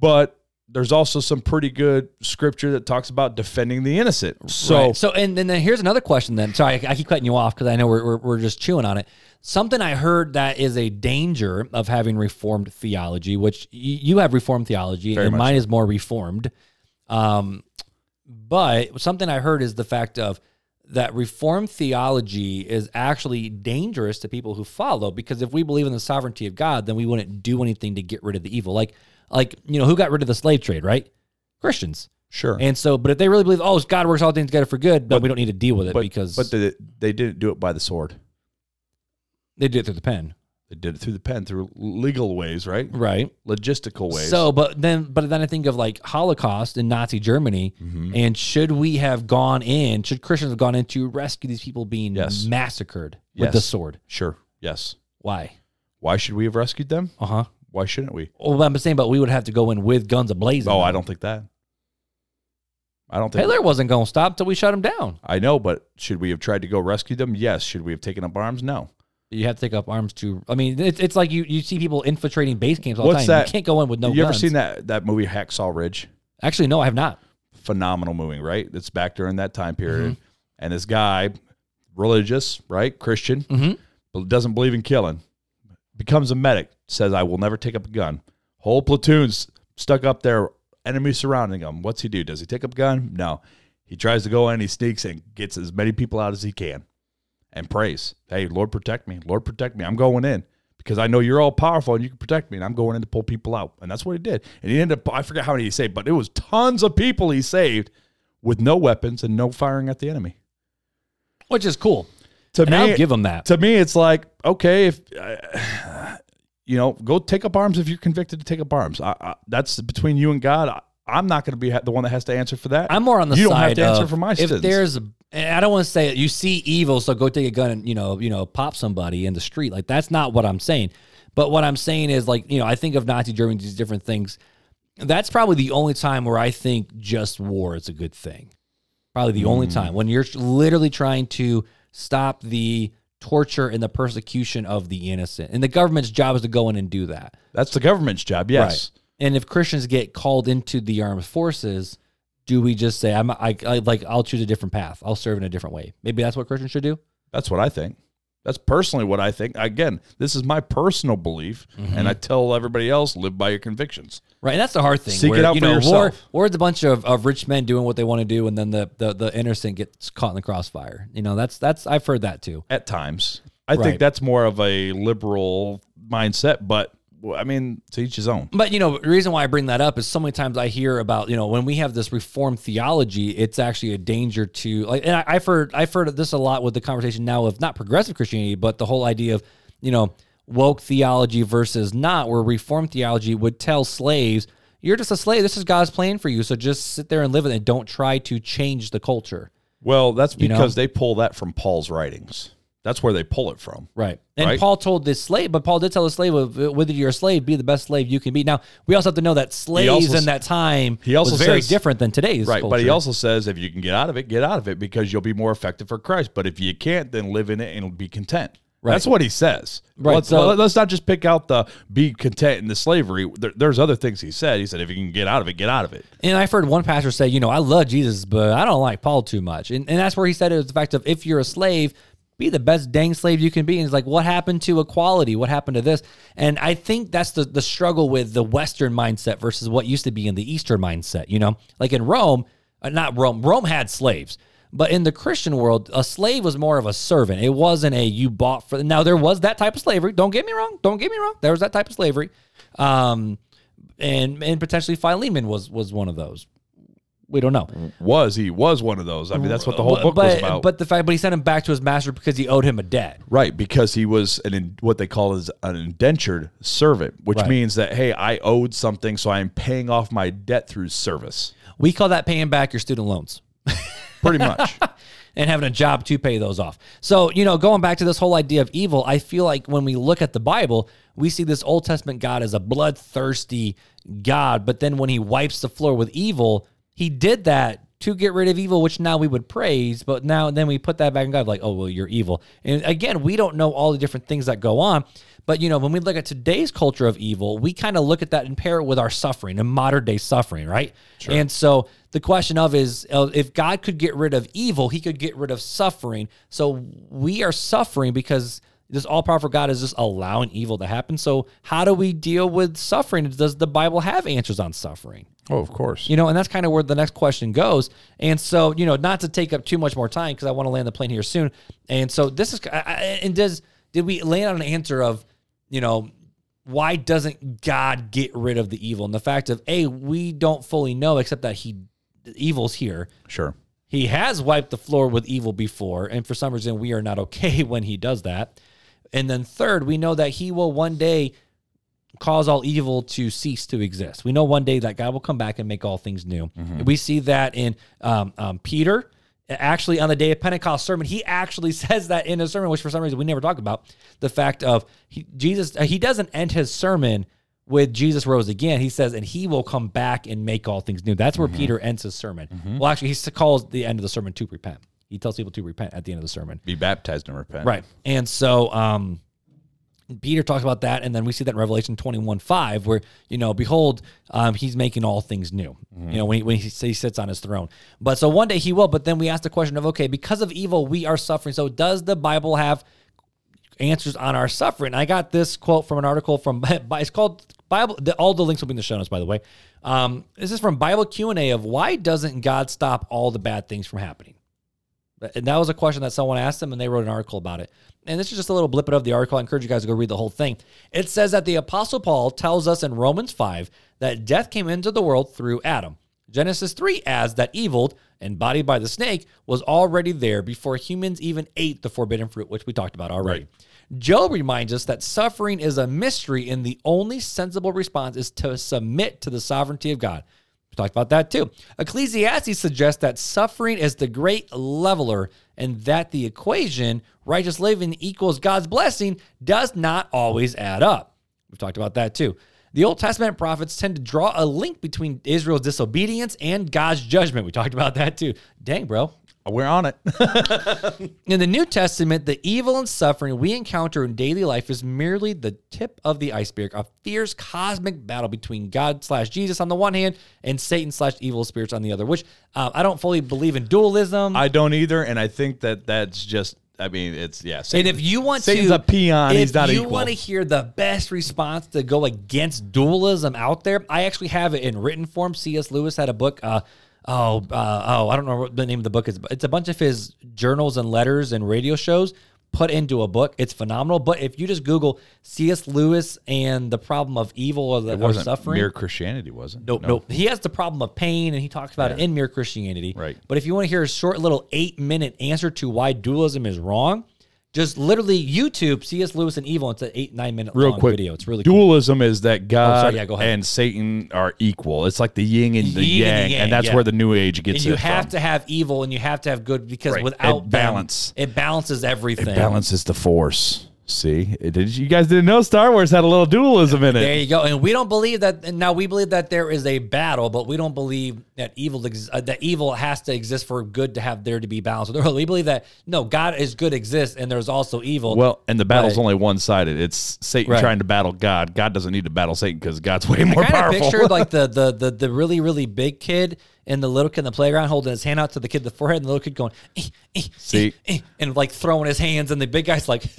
Speaker 3: but there's also some pretty good scripture that talks about defending the innocent. So,
Speaker 2: Right. so and, and then here's another question. Then sorry, I, I keep cutting you off because I know we're, we're we're just chewing on it. Something I heard that is a danger of having reformed theology, which y- you have reformed theology,
Speaker 3: Very
Speaker 2: and
Speaker 3: much
Speaker 2: mine is more reformed. Um, but something I heard is the fact of that reformed theology is actually dangerous to people who follow because if we believe in the sovereignty of God, then we wouldn't do anything to get rid of the evil. Like like you know who got rid of the slave trade, right? Christians.
Speaker 3: sure,
Speaker 2: And so, but if they really believe, oh, God works all things together for good, then we don't need to deal with it
Speaker 3: but
Speaker 2: because
Speaker 3: but they, they didn't do it by the sword.
Speaker 2: they did it through the pen.
Speaker 3: They did it through the pen, through legal ways, right?
Speaker 2: Right.
Speaker 3: Logistical ways.
Speaker 2: Mm. So, but then, but then I think of like Holocaust in Nazi Germany, and should we have gone in? Should Christians have gone in to rescue these people being
Speaker 3: Yes.
Speaker 2: massacred with the
Speaker 3: Yes.
Speaker 2: sword?
Speaker 3: sure. Yes.
Speaker 2: Why?
Speaker 3: Why should we have rescued them?
Speaker 2: Uh huh.
Speaker 3: Why shouldn't we?
Speaker 2: Well, I'm saying, but we would have to go in with guns ablazing.
Speaker 3: Oh, I don't think that. I don't think
Speaker 2: Hitler wasn't going to stop till we shut him down.
Speaker 3: I know, but should we have tried to go rescue them? Yes. Should we have taken up arms? No.
Speaker 2: You have to take up arms to. I mean, it's, it's like you, you see people infiltrating base camps all
Speaker 3: What's
Speaker 2: the time.
Speaker 3: that-
Speaker 2: You can't go in with no
Speaker 3: you
Speaker 2: guns.
Speaker 3: ever seen that that movie Hacksaw Ridge?
Speaker 2: Actually, no, I have not.
Speaker 3: Phenomenal movie, right? It's back during that time period,
Speaker 2: Mm-hmm.
Speaker 3: and this guy, religious, right, Christian,
Speaker 2: Mhm.
Speaker 3: but doesn't believe in killing, becomes a medic, says, "I will never take up a gun." Whole platoons stuck up there, enemy surrounding him. What's he do? Does he take up a gun? No. He tries to go in, he sneaks and gets as many people out as he can. and praise. Hey, Lord, protect me. Lord, protect me. I'm going in because I know you're all powerful and you can protect me. And I'm going in to pull people out. And that's what he did. And he ended up, I forget how many he saved, but it was tons of people he saved with no weapons and no firing at the enemy.
Speaker 2: Which is cool.
Speaker 3: To
Speaker 2: And
Speaker 3: me,
Speaker 2: I'll give him that.
Speaker 3: to me, it's like, okay, if, uh, you know, go take up arms if you're convicted to take up arms. I, I, that's between you and God. I, I'm not going to be ha- the one that has to answer for that.
Speaker 2: I'm more on the
Speaker 3: You
Speaker 2: side
Speaker 3: don't have to answer
Speaker 2: of,
Speaker 3: for my
Speaker 2: if
Speaker 3: sins.
Speaker 2: there's and I don't want to say it, you see evil, so go take a gun and you know you know pop somebody in the street. Like that's not what I'm saying. But what I'm saying is like you know I think of Nazi Germany these different things. That's probably the only time where I think just war is a good thing. Probably the
Speaker 3: Hmm.
Speaker 2: only time when you're literally trying to stop the torture and the persecution of the innocent, and the government's job is to go in and do that.
Speaker 3: that's the government's job. Yes.
Speaker 2: Right. And if Christians get called into the armed forces, do we just say I'm I, I like I'll choose a different path. I'll serve in a different way. Maybe that's what Christians should do.
Speaker 3: That's what I think. That's personally what I think. Again, this is my personal belief, and I
Speaker 2: Mm-hmm.
Speaker 3: tell everybody else live by your convictions.
Speaker 2: Right. And that's the hard thing.
Speaker 3: Seek
Speaker 2: where,
Speaker 3: it out
Speaker 2: you
Speaker 3: for
Speaker 2: know, war,
Speaker 3: yourself.
Speaker 2: war is a bunch of, of rich men doing what they want to do and then the, the, the innocent gets caught in the crossfire. You know, that's that's I've heard that too.
Speaker 3: At times, I
Speaker 2: Right.
Speaker 3: think that's more of a liberal mindset, but well, I mean, to each his own.
Speaker 2: But you know, the reason why I bring that up is so many times I hear about you know when we have this reformed theology, it's actually a danger to like. And I, I've heard I've heard of this a lot with the conversation now of not progressive Christianity, but the whole idea of you know woke theology versus not, where reformed theology would tell slaves, "You're just a slave. This is God's plan for you. So just sit there and live it, and don't try to change the culture."
Speaker 3: Well, that's
Speaker 2: You know?
Speaker 3: because they pull that from Paul's writings. That's where they pull it from.
Speaker 2: Right. And
Speaker 3: Right.
Speaker 2: Paul told this slave, but Paul did tell the slave, uh, whether you're a slave, be the best slave you can be. Now, we also have to know that slaves
Speaker 3: also
Speaker 2: in that time
Speaker 3: he also
Speaker 2: was very
Speaker 3: says-
Speaker 2: different than today's.
Speaker 3: Right, but he
Speaker 2: culture.
Speaker 3: also says if you can get out of it, get out of it because you'll be more effective for Christ. But if you can't, then live in it and be content.
Speaker 2: Right.
Speaker 3: That's what he says.
Speaker 2: Right,
Speaker 3: Let's,
Speaker 2: so-
Speaker 3: let's not just pick out the be content in the slavery. There, there's other things he said. He said if you can get out of it, get out of it.
Speaker 2: And I've heard one pastor say, you know, I love Jesus, but I don't like Paul too much. And, and that's where he said it was the fact of if you're a slave, be the best dang slave you can be. And he's like, what happened to equality? What happened to this? And I think that's the, the struggle with the Western mindset versus what used to be in the Eastern mindset, you know? Like in Rome, uh, not Rome, Rome had slaves. But in the Christian world, a slave was more of a servant. It wasn't a you bought for. Now, there was that type of slavery. Don't get me wrong. Don't get me wrong. There was that type of slavery. Um, and and potentially Philemon was was one of those. We don't know.
Speaker 3: was he was one of those. I mean, that's what the Mm, whole
Speaker 2: But-
Speaker 3: book
Speaker 2: but,
Speaker 3: was about.
Speaker 2: But the fact, but he sent him back to his master because he owed him a debt.
Speaker 3: right, because he was an in, what they call is an indentured servant, which
Speaker 2: Right.
Speaker 3: means that hey, I owed something, so I'm paying off my debt through service,
Speaker 2: We call that paying back your student loans
Speaker 3: pretty much.
Speaker 2: and having a job to pay those off. So you know, going back to this whole idea of evil, I feel like when we look at the Bible, we see this Old Testament God as a bloodthirsty God, but then when He wipes the floor with evil, He did that. To get rid of evil, which now we would praise, but now then we put that back in God, like, oh well, you're evil. And again, we don't know all the different things that go on, But you know, when we look at today's culture of evil, we kind of look at that and pair it with our suffering and modern day suffering, right? And so the question of is uh, if God could get rid of evil, he could get rid of suffering. So we are suffering because this all powerful God is just allowing evil to happen. So how do we deal with suffering? Does the Bible have answers on suffering?
Speaker 3: oh, of course.
Speaker 2: You know, and that's kind of where the next question goes. And so, you know, not to take up too much more time because I want to land the plane here soon. And so, this is I- I- and does did we land on an answer of, you know, why doesn't God get rid of the evil? And the fact of a we don't fully know except that he the evil's here.
Speaker 3: Sure.
Speaker 2: He has wiped the floor with evil before, and for some reason we are not okay when he does that. And then third, we know that he will one day cause all evil to cease to exist. We know one day that God will come back and make all things new. We see that in um, um, Peter. Actually, on the day of Pentecost sermon, he actually says that in his sermon, which for some reason we never talk about the fact of he, Jesus. uh, He doesn't end his sermon with Jesus rose again. He says, and he will come back and make all things new. That's where Peter ends his sermon. Well, actually, he s- calls the end of the sermon to repent. He tells people to repent at the end of the sermon.
Speaker 3: Be baptized and repent.
Speaker 2: Right. And so um Peter talks about that, and then we see that in Revelation 21 5, where, you know, behold, um, he's making all things new, you know, when, he, when he, he sits on his throne. But so one day he will, but then we ask the question of, okay, because of evil, we are suffering. So does the Bible have answers on our suffering. I got this quote from an article from it's called Bible. The, all the links will be in the show notes, by the way. Um, this is from Bible Q and A of why doesn't God stop all the bad things from happening? And that was a question that someone asked them, and they wrote an article about it. And this is just a little blippet of the article. I encourage you guys to go read the whole thing. It says that the Apostle Paul tells us in Romans 5 that death came into the world through Adam. Genesis 3 adds that evil, embodied by the snake, was already there before humans even ate the forbidden fruit, which we talked about already. Job reminds us that suffering is a mystery, and the only sensible response is to submit to the sovereignty of God. We talked about that too. Ecclesiastes suggests that suffering is the great leveler and that the equation righteous living equals God's blessing does not always add up. We've talked about that too. The Old Testament prophets tend to draw a link between Israel's disobedience and God's judgment. We talked about that too. Dang, bro.
Speaker 3: We're on it.
Speaker 2: In the New Testament, the evil and suffering we encounter in daily life is merely the tip of the iceberg, a fierce cosmic battle between God slash Jesus on the one hand and Satan slash evil spirits on the other, which uh, I don't fully believe in dualism.
Speaker 3: I don't either, and I think that that's just. I mean, it's yeah.
Speaker 2: and
Speaker 3: Satan-
Speaker 2: if you want
Speaker 3: Satan's
Speaker 2: to,
Speaker 3: a peon,
Speaker 2: if
Speaker 3: he's not
Speaker 2: you
Speaker 3: equal.
Speaker 2: want to hear the best response to go against dualism out there, I actually have it in written form. C.S. Lewis had a book. Uh, oh, uh, oh, I don't know what the name of the book is, but it's a bunch of his journals and letters and radio shows put into a book. It's phenomenal. But if you just Google C.S. Lewis and the problem of evil or the
Speaker 3: it
Speaker 2: or
Speaker 3: wasn't
Speaker 2: suffering,
Speaker 3: mere Christianity, wasn't?
Speaker 2: Nope, nope. He has the problem of pain, and he talks about it in Mere Christianity.
Speaker 3: Right.
Speaker 2: But if you want to hear a short little eight minute answer to why dualism is wrong, just literally YouTube C.S. Lewis and Evil. It's an eight nine minute
Speaker 3: Real
Speaker 2: long
Speaker 3: quick
Speaker 2: video. It's really cool. Oh,
Speaker 3: Dualism is that God
Speaker 2: sorry, yeah, go ahead.
Speaker 3: and Satan are equal. It's like the yin and the,
Speaker 2: Yin
Speaker 3: yang,
Speaker 2: and the
Speaker 3: and
Speaker 2: yang,
Speaker 3: that's
Speaker 2: yeah.
Speaker 3: where the New Age gets
Speaker 2: And you
Speaker 3: it
Speaker 2: have
Speaker 3: from.
Speaker 2: to have evil, and you have to have good because
Speaker 3: Right.
Speaker 2: without
Speaker 3: It balance.
Speaker 2: them, it balances everything.
Speaker 3: balances the force. See, It- did you guys didn't know Star Wars had a little dualism in it?
Speaker 2: There you go. And we don't believe that. And now we believe that there is a battle, but we don't believe that evil ex- uh, that evil has to exist for good to have there to be balance. We believe that no, God is good exists, and there's also evil.
Speaker 3: well, and the battle's
Speaker 2: Right.
Speaker 3: only one sided. It's Satan
Speaker 2: Right.
Speaker 3: trying to battle God. God doesn't need to battle Satan because God's way more
Speaker 2: kind of
Speaker 3: powerful.
Speaker 2: picture like the, the the the really really big kid and the little kid in the playground holding his hand out to the kid in the forehead, and the little kid going, "Eh, eh, eh,
Speaker 3: See?
Speaker 2: eh," and like throwing his hands, and the big guy's like,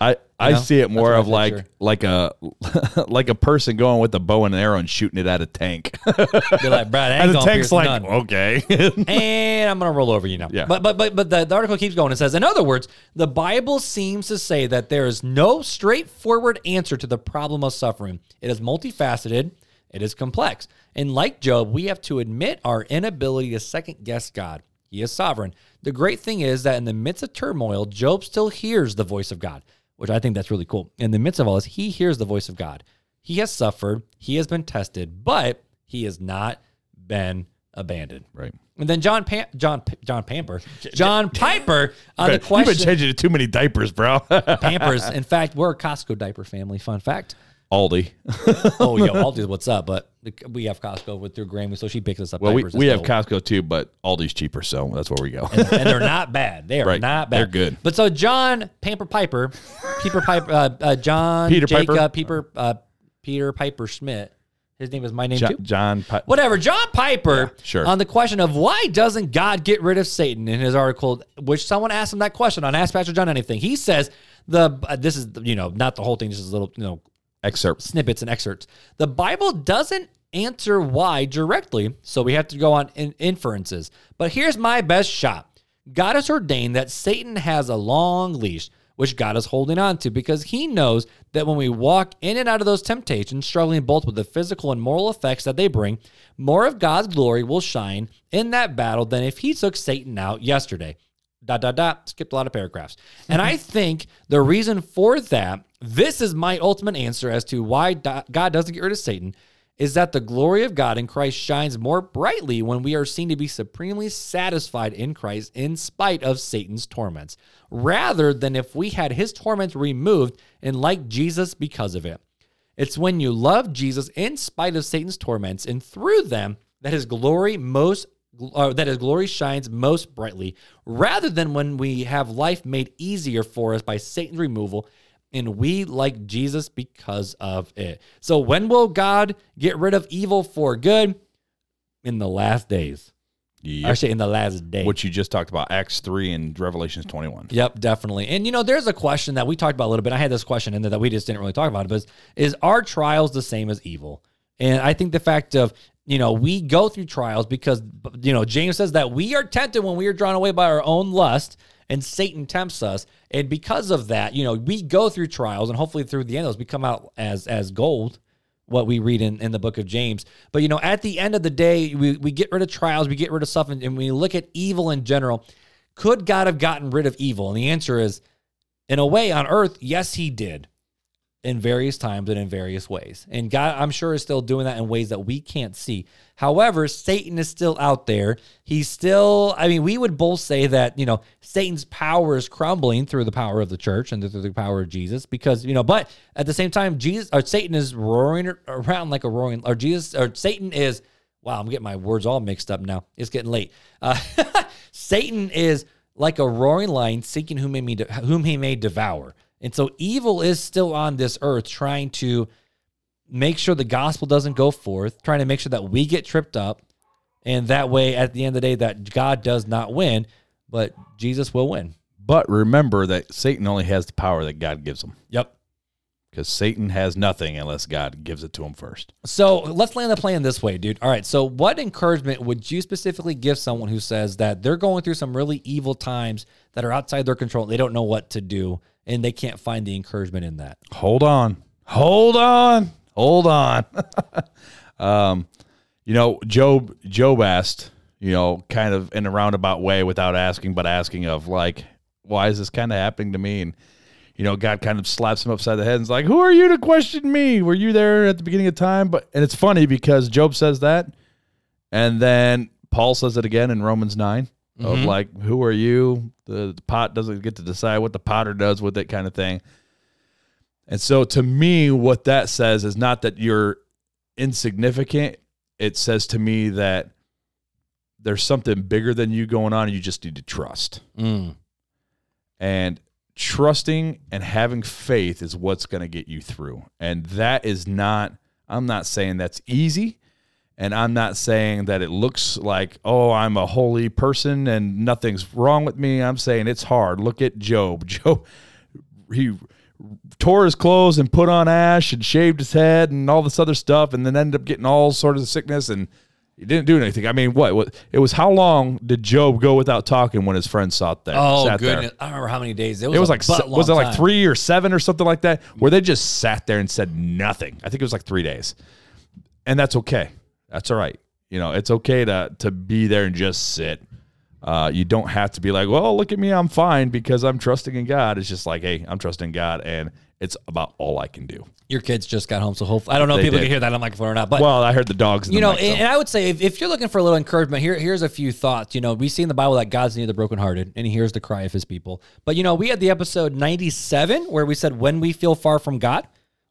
Speaker 3: I, I
Speaker 2: know?
Speaker 3: see it more
Speaker 2: what I
Speaker 3: of like
Speaker 2: picture.
Speaker 3: like a like a person going with a bow and arrow and shooting it at a tank.
Speaker 2: "Be like, Brad,
Speaker 3: and the
Speaker 2: ain't
Speaker 3: tank's like,
Speaker 2: none.
Speaker 3: okay.
Speaker 2: and I'm gonna roll over you now.
Speaker 3: Yeah.
Speaker 2: But but but but the, the article keeps going. It says, in other words, the Bible seems to say that there is no straightforward answer to the problem of suffering. It is multifaceted. It is complex. And like Job, we have to admit our inability to second guess God. He is sovereign. The great thing is that in the midst of turmoil, Job still hears the voice of God, which I think that's really cool. In the midst of all this, he hears the voice of God. He has suffered, he has been tested, but he has not been abandoned.
Speaker 3: right.
Speaker 2: And then John Pam- John P- John Pamper John Piper on the
Speaker 3: You've been
Speaker 2: question
Speaker 3: changing to too many diapers, bro.
Speaker 2: Pampers. In fact, we're a Costco diaper family. Fun fact.
Speaker 3: Aldi.
Speaker 2: Oh yo, I'll do what's up, but we have Costco with through Grammy, so she picks us up.
Speaker 3: Well, we,
Speaker 2: diapers.
Speaker 3: we
Speaker 2: It's
Speaker 3: have
Speaker 2: dope.
Speaker 3: Costco too, but Aldi's cheaper, so that's where we go.
Speaker 2: and they're not bad. They are
Speaker 3: Right.
Speaker 2: not bad.
Speaker 3: They're good.
Speaker 2: But so John Pamper Piper, Peter Piper, uh, uh, John
Speaker 3: Peter
Speaker 2: Jacob,
Speaker 3: Piper?
Speaker 2: Peter uh, Peter Piper Schmidt. His name is my name
Speaker 3: John,
Speaker 2: too.
Speaker 3: John Pi-
Speaker 2: whatever. John Piper
Speaker 3: sure.
Speaker 2: on the question of why doesn't God get rid of Satan in his article, which someone asked him that question on Ask Pastor John Anything. He says the uh, this is you know not the whole thing, just a little you know
Speaker 3: excerpts.
Speaker 2: snippets and excerpts. The Bible doesn't answer why directly, so we have to go on in inferences. But here's my best shot God has ordained that Satan has a long leash, which God is holding on to because he knows that when we walk in and out of those temptations, struggling both with the physical and moral effects that they bring, more of God's glory will shine in that battle than if he took Satan out yesterday. dot dot dot skipped a lot of paragraphs and i think the reason for that this is my ultimate answer as to why do- god doesn't get rid of satan is that the glory of god in christ shines more brightly when we are seen to be supremely satisfied in christ in spite of satan's torments rather than if we had his torments removed and like jesus because of it it's when you love Jesus in spite of Satan's torments and through them that his glory most uh, that his glory shines most brightly rather than when we have life made easier for us by Satan's removal and we like Jesus because of it. So when will God get rid of evil for good? In the last days.
Speaker 3: Yep.
Speaker 2: Actually in the last day.
Speaker 3: What you just talked about, Acts 3 and Revelations 21.
Speaker 2: Yep, definitely. And you know, there's a question that we talked about a little bit. I had this question in there that we just didn't really talk about. But is, is are trials the same as evil? And I think the fact of you know we go through trials because you know James says that we are tempted when we are drawn away by our own lust, and Satan tempts us. And because of that, you know, we go through trials, and hopefully through the end, those become out as as gold what we read in, in the book of James. But you know, at the end of the day, we, we get rid of trials, we get rid of stuff, and, and we look at evil in general. Could God have gotten rid of evil? And the answer is, in a way, on earth, yes, he did in various times and in various ways. And God, I'm sure, is still doing that in ways that we can't see. However, Satan is still out there. He's still, I mean, we would both say that, you know, Satan's power is crumbling through the power of the church and through the power of Jesus because, you know, but at the same time, Jesus or Satan is roaring around like a roaring, or Jesus or Satan is, wow, I'm getting my words all mixed up now. It's getting late. Uh, Satan is like a roaring lion seeking whom he, may de- whom he may devour. And so evil is still on this earth trying to make sure the gospel doesn't go forth, trying to make sure that we get tripped up. And that way, at the end of the day, that God does not win, but Jesus will win.
Speaker 3: But remember that Satan only has the power that God gives him
Speaker 2: Yep.
Speaker 3: because Satan has nothing unless God gives it to him first.
Speaker 2: So let's land the plan this way, dude. All right. So, what encouragement would you specifically give someone who says that they're going through some really evil times that are outside their control? They don't know what to do and they can't find the encouragement in that.
Speaker 3: Hold on. Hold on. Hold on. um, you know, Job Job asked, you know, kind of in a roundabout way without asking, but asking of like, why is this kind of happening to me? And you know, God kind of slaps him upside the head and's like, Who are you to question me? Were you there at the beginning of time? But and it's funny because Job says that, and then Paul says it again in Romans 9 of like, Who are you? The, the pot doesn't get to decide what the potter does with it, kind of thing. And so to me, what that says is not that you're insignificant. It says to me that there's something bigger than you going on, and you just need to trust.
Speaker 2: Mm.
Speaker 3: And trusting and having faith is what's going to get you through. And that is not, I'm not saying that's easy. And I'm not saying that it looks like, oh, I'm a holy person and nothing's wrong with me. I'm saying it's hard. Look at Job. Job, he tore his clothes and put on ash and shaved his head and all this other stuff and then ended up getting all sorts of sickness and he didn't do anything. I mean, what? what it was how long did Job go without talking when his friends sat there?
Speaker 2: Oh,
Speaker 3: sat there?
Speaker 2: goodness. I don't remember how many days. It was,
Speaker 3: It was
Speaker 2: a
Speaker 3: like
Speaker 2: butt
Speaker 3: se- was it
Speaker 2: long
Speaker 3: like
Speaker 2: time.
Speaker 3: three or seven or something like that, where they just sat there and said nothing. I think it was like three days, and that's okay. That's all right. You know, it's okay to to be there and just sit. Uh, you don't have to be like, well, look at me, I'm fine because I'm trusting in God. It's just like, hey, I'm trusting God, and it's about all I can do.
Speaker 2: Your kids just got home, so hopefully I don't know if
Speaker 3: They
Speaker 2: people
Speaker 3: did.
Speaker 2: can hear that on the microphone or not. But
Speaker 3: Well, I heard the dogs. In
Speaker 2: you
Speaker 3: the
Speaker 2: know,
Speaker 3: mic,
Speaker 2: and,
Speaker 3: so-
Speaker 2: and I would say if, if you're looking for a little encouragement, here here's a few thoughts. You know, we see in the Bible that God's near the brokenhearted, and He hears the cry of His people. But you know, we had the episode 97 where we said when we feel far from God,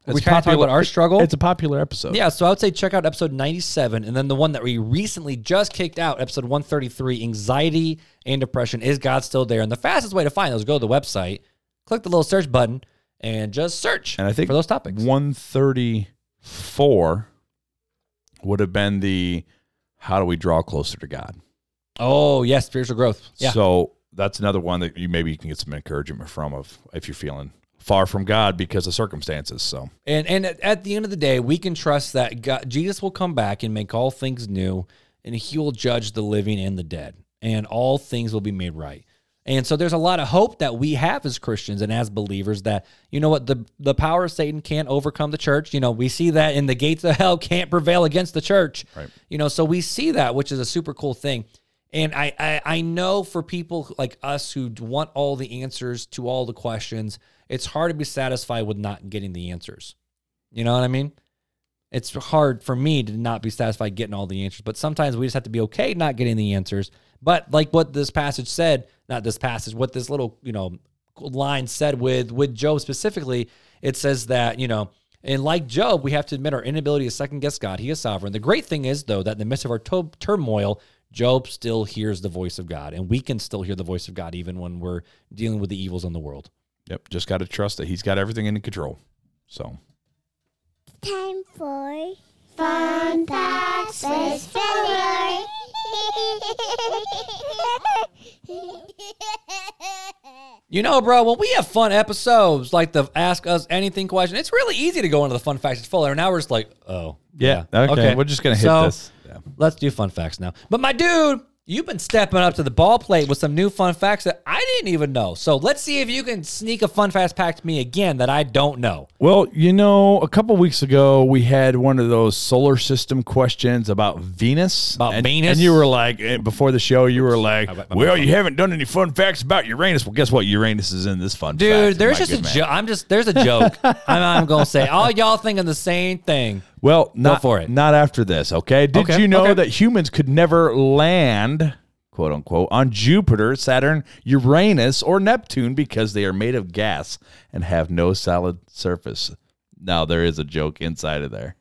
Speaker 2: we kind of talked
Speaker 3: popular-
Speaker 2: about our struggle.
Speaker 3: it's a popular episode.
Speaker 2: Yeah, so I would say check out episode 97 and then the one that we recently just kicked out, episode 133, Anxiety and Depression. Is God still there? And the fastest way to find those is go to the website, click the little search button, and just search
Speaker 3: And I think
Speaker 2: for those topics.
Speaker 3: 134 would have been the how do we draw closer to God?
Speaker 2: Oh, yes, spiritual growth. Yeah.
Speaker 3: So that's another one that you maybe you can get some encouragement from of if you're feeling far from God because of circumstances. So
Speaker 2: And and at- at the end of the day, we can trust that God, Jesus will come back and make all things new, and He will judge the living and the dead, and all things will be made right. And so there's a lot of hope that we have as Christians and as believers that you know what the the power of Satan can't overcome the church. You know we see that in the gates of hell can't prevail against the church.
Speaker 3: Right.
Speaker 2: You know so we see that, which is a super cool thing. And I, I I know for people like us who d- want all the answers to all the questions, it's hard to be satisfied with not getting the answers. You know what I mean? It's hard for me to not be satisfied getting all the answers, but sometimes we just have to be okay not getting the answers. But like what this passage said, not this passage, what this little, you know, line said with with Job specifically, it says that, you know, and like Job, we have to admit our inability to second guess God. He is sovereign. The great thing is, though, that in the midst of our to- turmoil, Job still hears the voice of God, and we can still hear the voice of God even when we're dealing with the evils in the world.
Speaker 3: Yep. Just got to trust that he's got everything in control. So.
Speaker 4: time for fun facts with Filler.
Speaker 2: You know, bro, when we have fun episodes like the Ask Us Anything question, it's really easy to go into the fun facts at fuller. Now we're just like, oh.
Speaker 3: Yeah. Okay. We're just gonna hit
Speaker 2: So,
Speaker 3: this. Yeah.
Speaker 2: Let's do fun facts now. But my dude, you've been stepping up to the ball plate with some new fun facts that I didn't even know. So let's see if you can sneak a fun fact pack to me again that I don't know.
Speaker 3: Well, you know, a couple weeks ago we had one of those solar system questions about Venus.
Speaker 2: About
Speaker 3: and,
Speaker 2: Venus?
Speaker 3: And you were like, eh, before the show, you were
Speaker 2: wet
Speaker 3: like,
Speaker 2: my
Speaker 3: well, you haven't done any fun facts about Uranus. Well, guess what? Uranus is in this fun fact.
Speaker 2: Dude, there's
Speaker 3: My
Speaker 2: just a
Speaker 3: good man.
Speaker 2: joke. I'm just there's a joke. I'm, I'm gonna say all y'all thinking the same thing.
Speaker 3: Well, not
Speaker 2: for it.
Speaker 3: Not after this, okay? Did
Speaker 2: Okay,
Speaker 3: you know
Speaker 2: okay.
Speaker 3: that humans could never land, quote unquote, on Jupiter, Saturn, Uranus, or Neptune because they are made of gas and have no solid surface? Now there is a joke inside of there.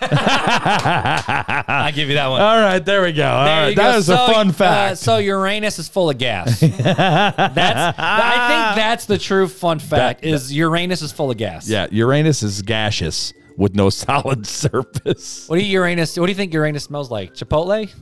Speaker 2: I give you that one.
Speaker 3: All right, there we go. All
Speaker 2: There
Speaker 3: right,
Speaker 2: you
Speaker 3: that
Speaker 2: go.
Speaker 3: is
Speaker 2: So,
Speaker 3: a fun
Speaker 2: uh,
Speaker 3: fact.
Speaker 2: so Uranus is full of gas. that's I think that's the true fun fact is Uranus is full of gas.
Speaker 3: yeah, Uranus is gaseous with no solid surface.
Speaker 2: What do you Uranus? What do you think Uranus smells like? Chipotle?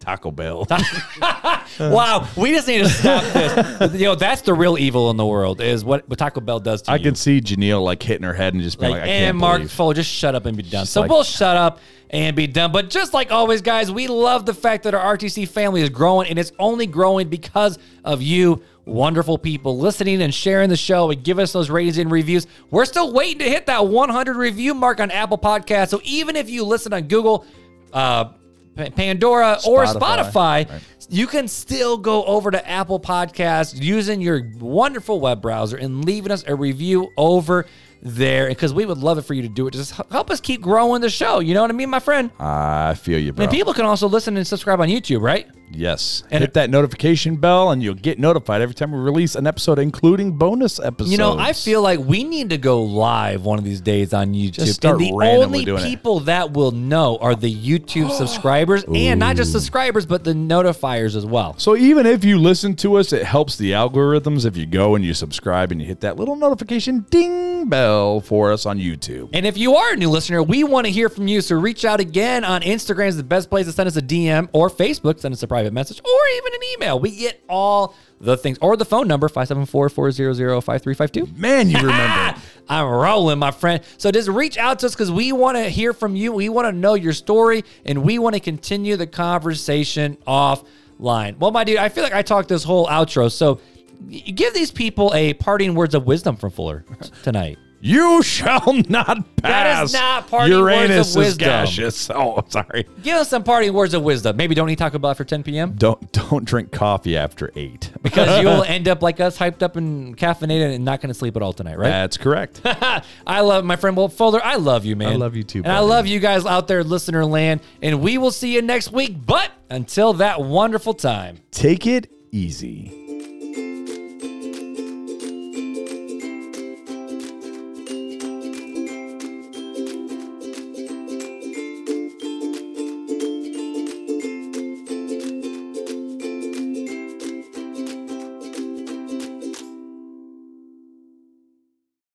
Speaker 3: Taco Bell. Uh.
Speaker 2: Wow, we just need to stop this. you know, that's the real evil in the world is what, what Taco Bell does to
Speaker 3: I
Speaker 2: you.
Speaker 3: can see Janelle like hitting her head and just being
Speaker 2: like,
Speaker 3: like, I can't
Speaker 2: and Mark
Speaker 3: believe.
Speaker 2: Fuller, just shut up and be done.
Speaker 3: Just
Speaker 2: So
Speaker 3: like-
Speaker 2: we'll shut up and be done. But just like always, guys, we love the fact that our RTC family is growing, and it's only growing because of you, wonderful people, listening and sharing the show and give us those ratings and reviews. We're still waiting to hit that 100 review mark on Apple Podcasts. So even if you listen on Google, uh, Pa- Pandora or
Speaker 3: Spotify.
Speaker 2: Spotify, you can still go over to Apple Podcasts using your wonderful web browser and leaving us a review over there because we would love it for you to do it. Just h- help us keep growing the show. You know what I mean, my friend?
Speaker 3: I feel you, bro.
Speaker 2: And people can also listen and subscribe on YouTube, right?
Speaker 3: Yes.
Speaker 2: And-
Speaker 3: Hit that notification bell and you'll get notified every time we release an episode, including bonus episodes.
Speaker 2: You know, I feel like we need to go live one of these days on YouTube.
Speaker 3: start
Speaker 2: and the
Speaker 3: randomly
Speaker 2: only
Speaker 3: doing it.
Speaker 2: people that will know are the YouTube subscribers, and not just subscribers, but the notifiers as well.
Speaker 3: So even if you listen to us, it helps the algorithms if you go and you subscribe and you hit that little notification ding bell for us on YouTube.
Speaker 2: And if you are a new listener, we want to hear from you. So reach out again on Instagram is the best place to send us a DM or Facebook, send us a private message, or even an email. We get all the things. Or the phone number, 574-400-5352.
Speaker 3: Man, you
Speaker 2: Ah!
Speaker 3: remember.
Speaker 2: I'm rolling, my friend. So just reach out to us because we want to hear from you. We want to know your story and we want to continue the conversation offline. Well, my dude, I feel like I talked this whole outro. So y- give these people a parting words of wisdom from Fuller t- tonight.
Speaker 3: you shall not pass.
Speaker 2: That is not party words of
Speaker 3: Uranus is
Speaker 2: wisdom.
Speaker 3: gaseous. Oh, I'm sorry.
Speaker 2: Give us some parting words of wisdom. Maybe don't eat Taco Bell after 10 p.m.
Speaker 3: Don't don't drink coffee after eight.
Speaker 2: because you'll end up like us, hyped up and caffeinated and not going to sleep at all tonight, right?
Speaker 3: That's correct.
Speaker 2: I love my friend Will Fuller. I love you, man.
Speaker 3: I love you too,
Speaker 2: And I
Speaker 3: buddy.
Speaker 2: love you guys out there, listener land. And we will see you next week. But until that wonderful time.
Speaker 3: Take it easy.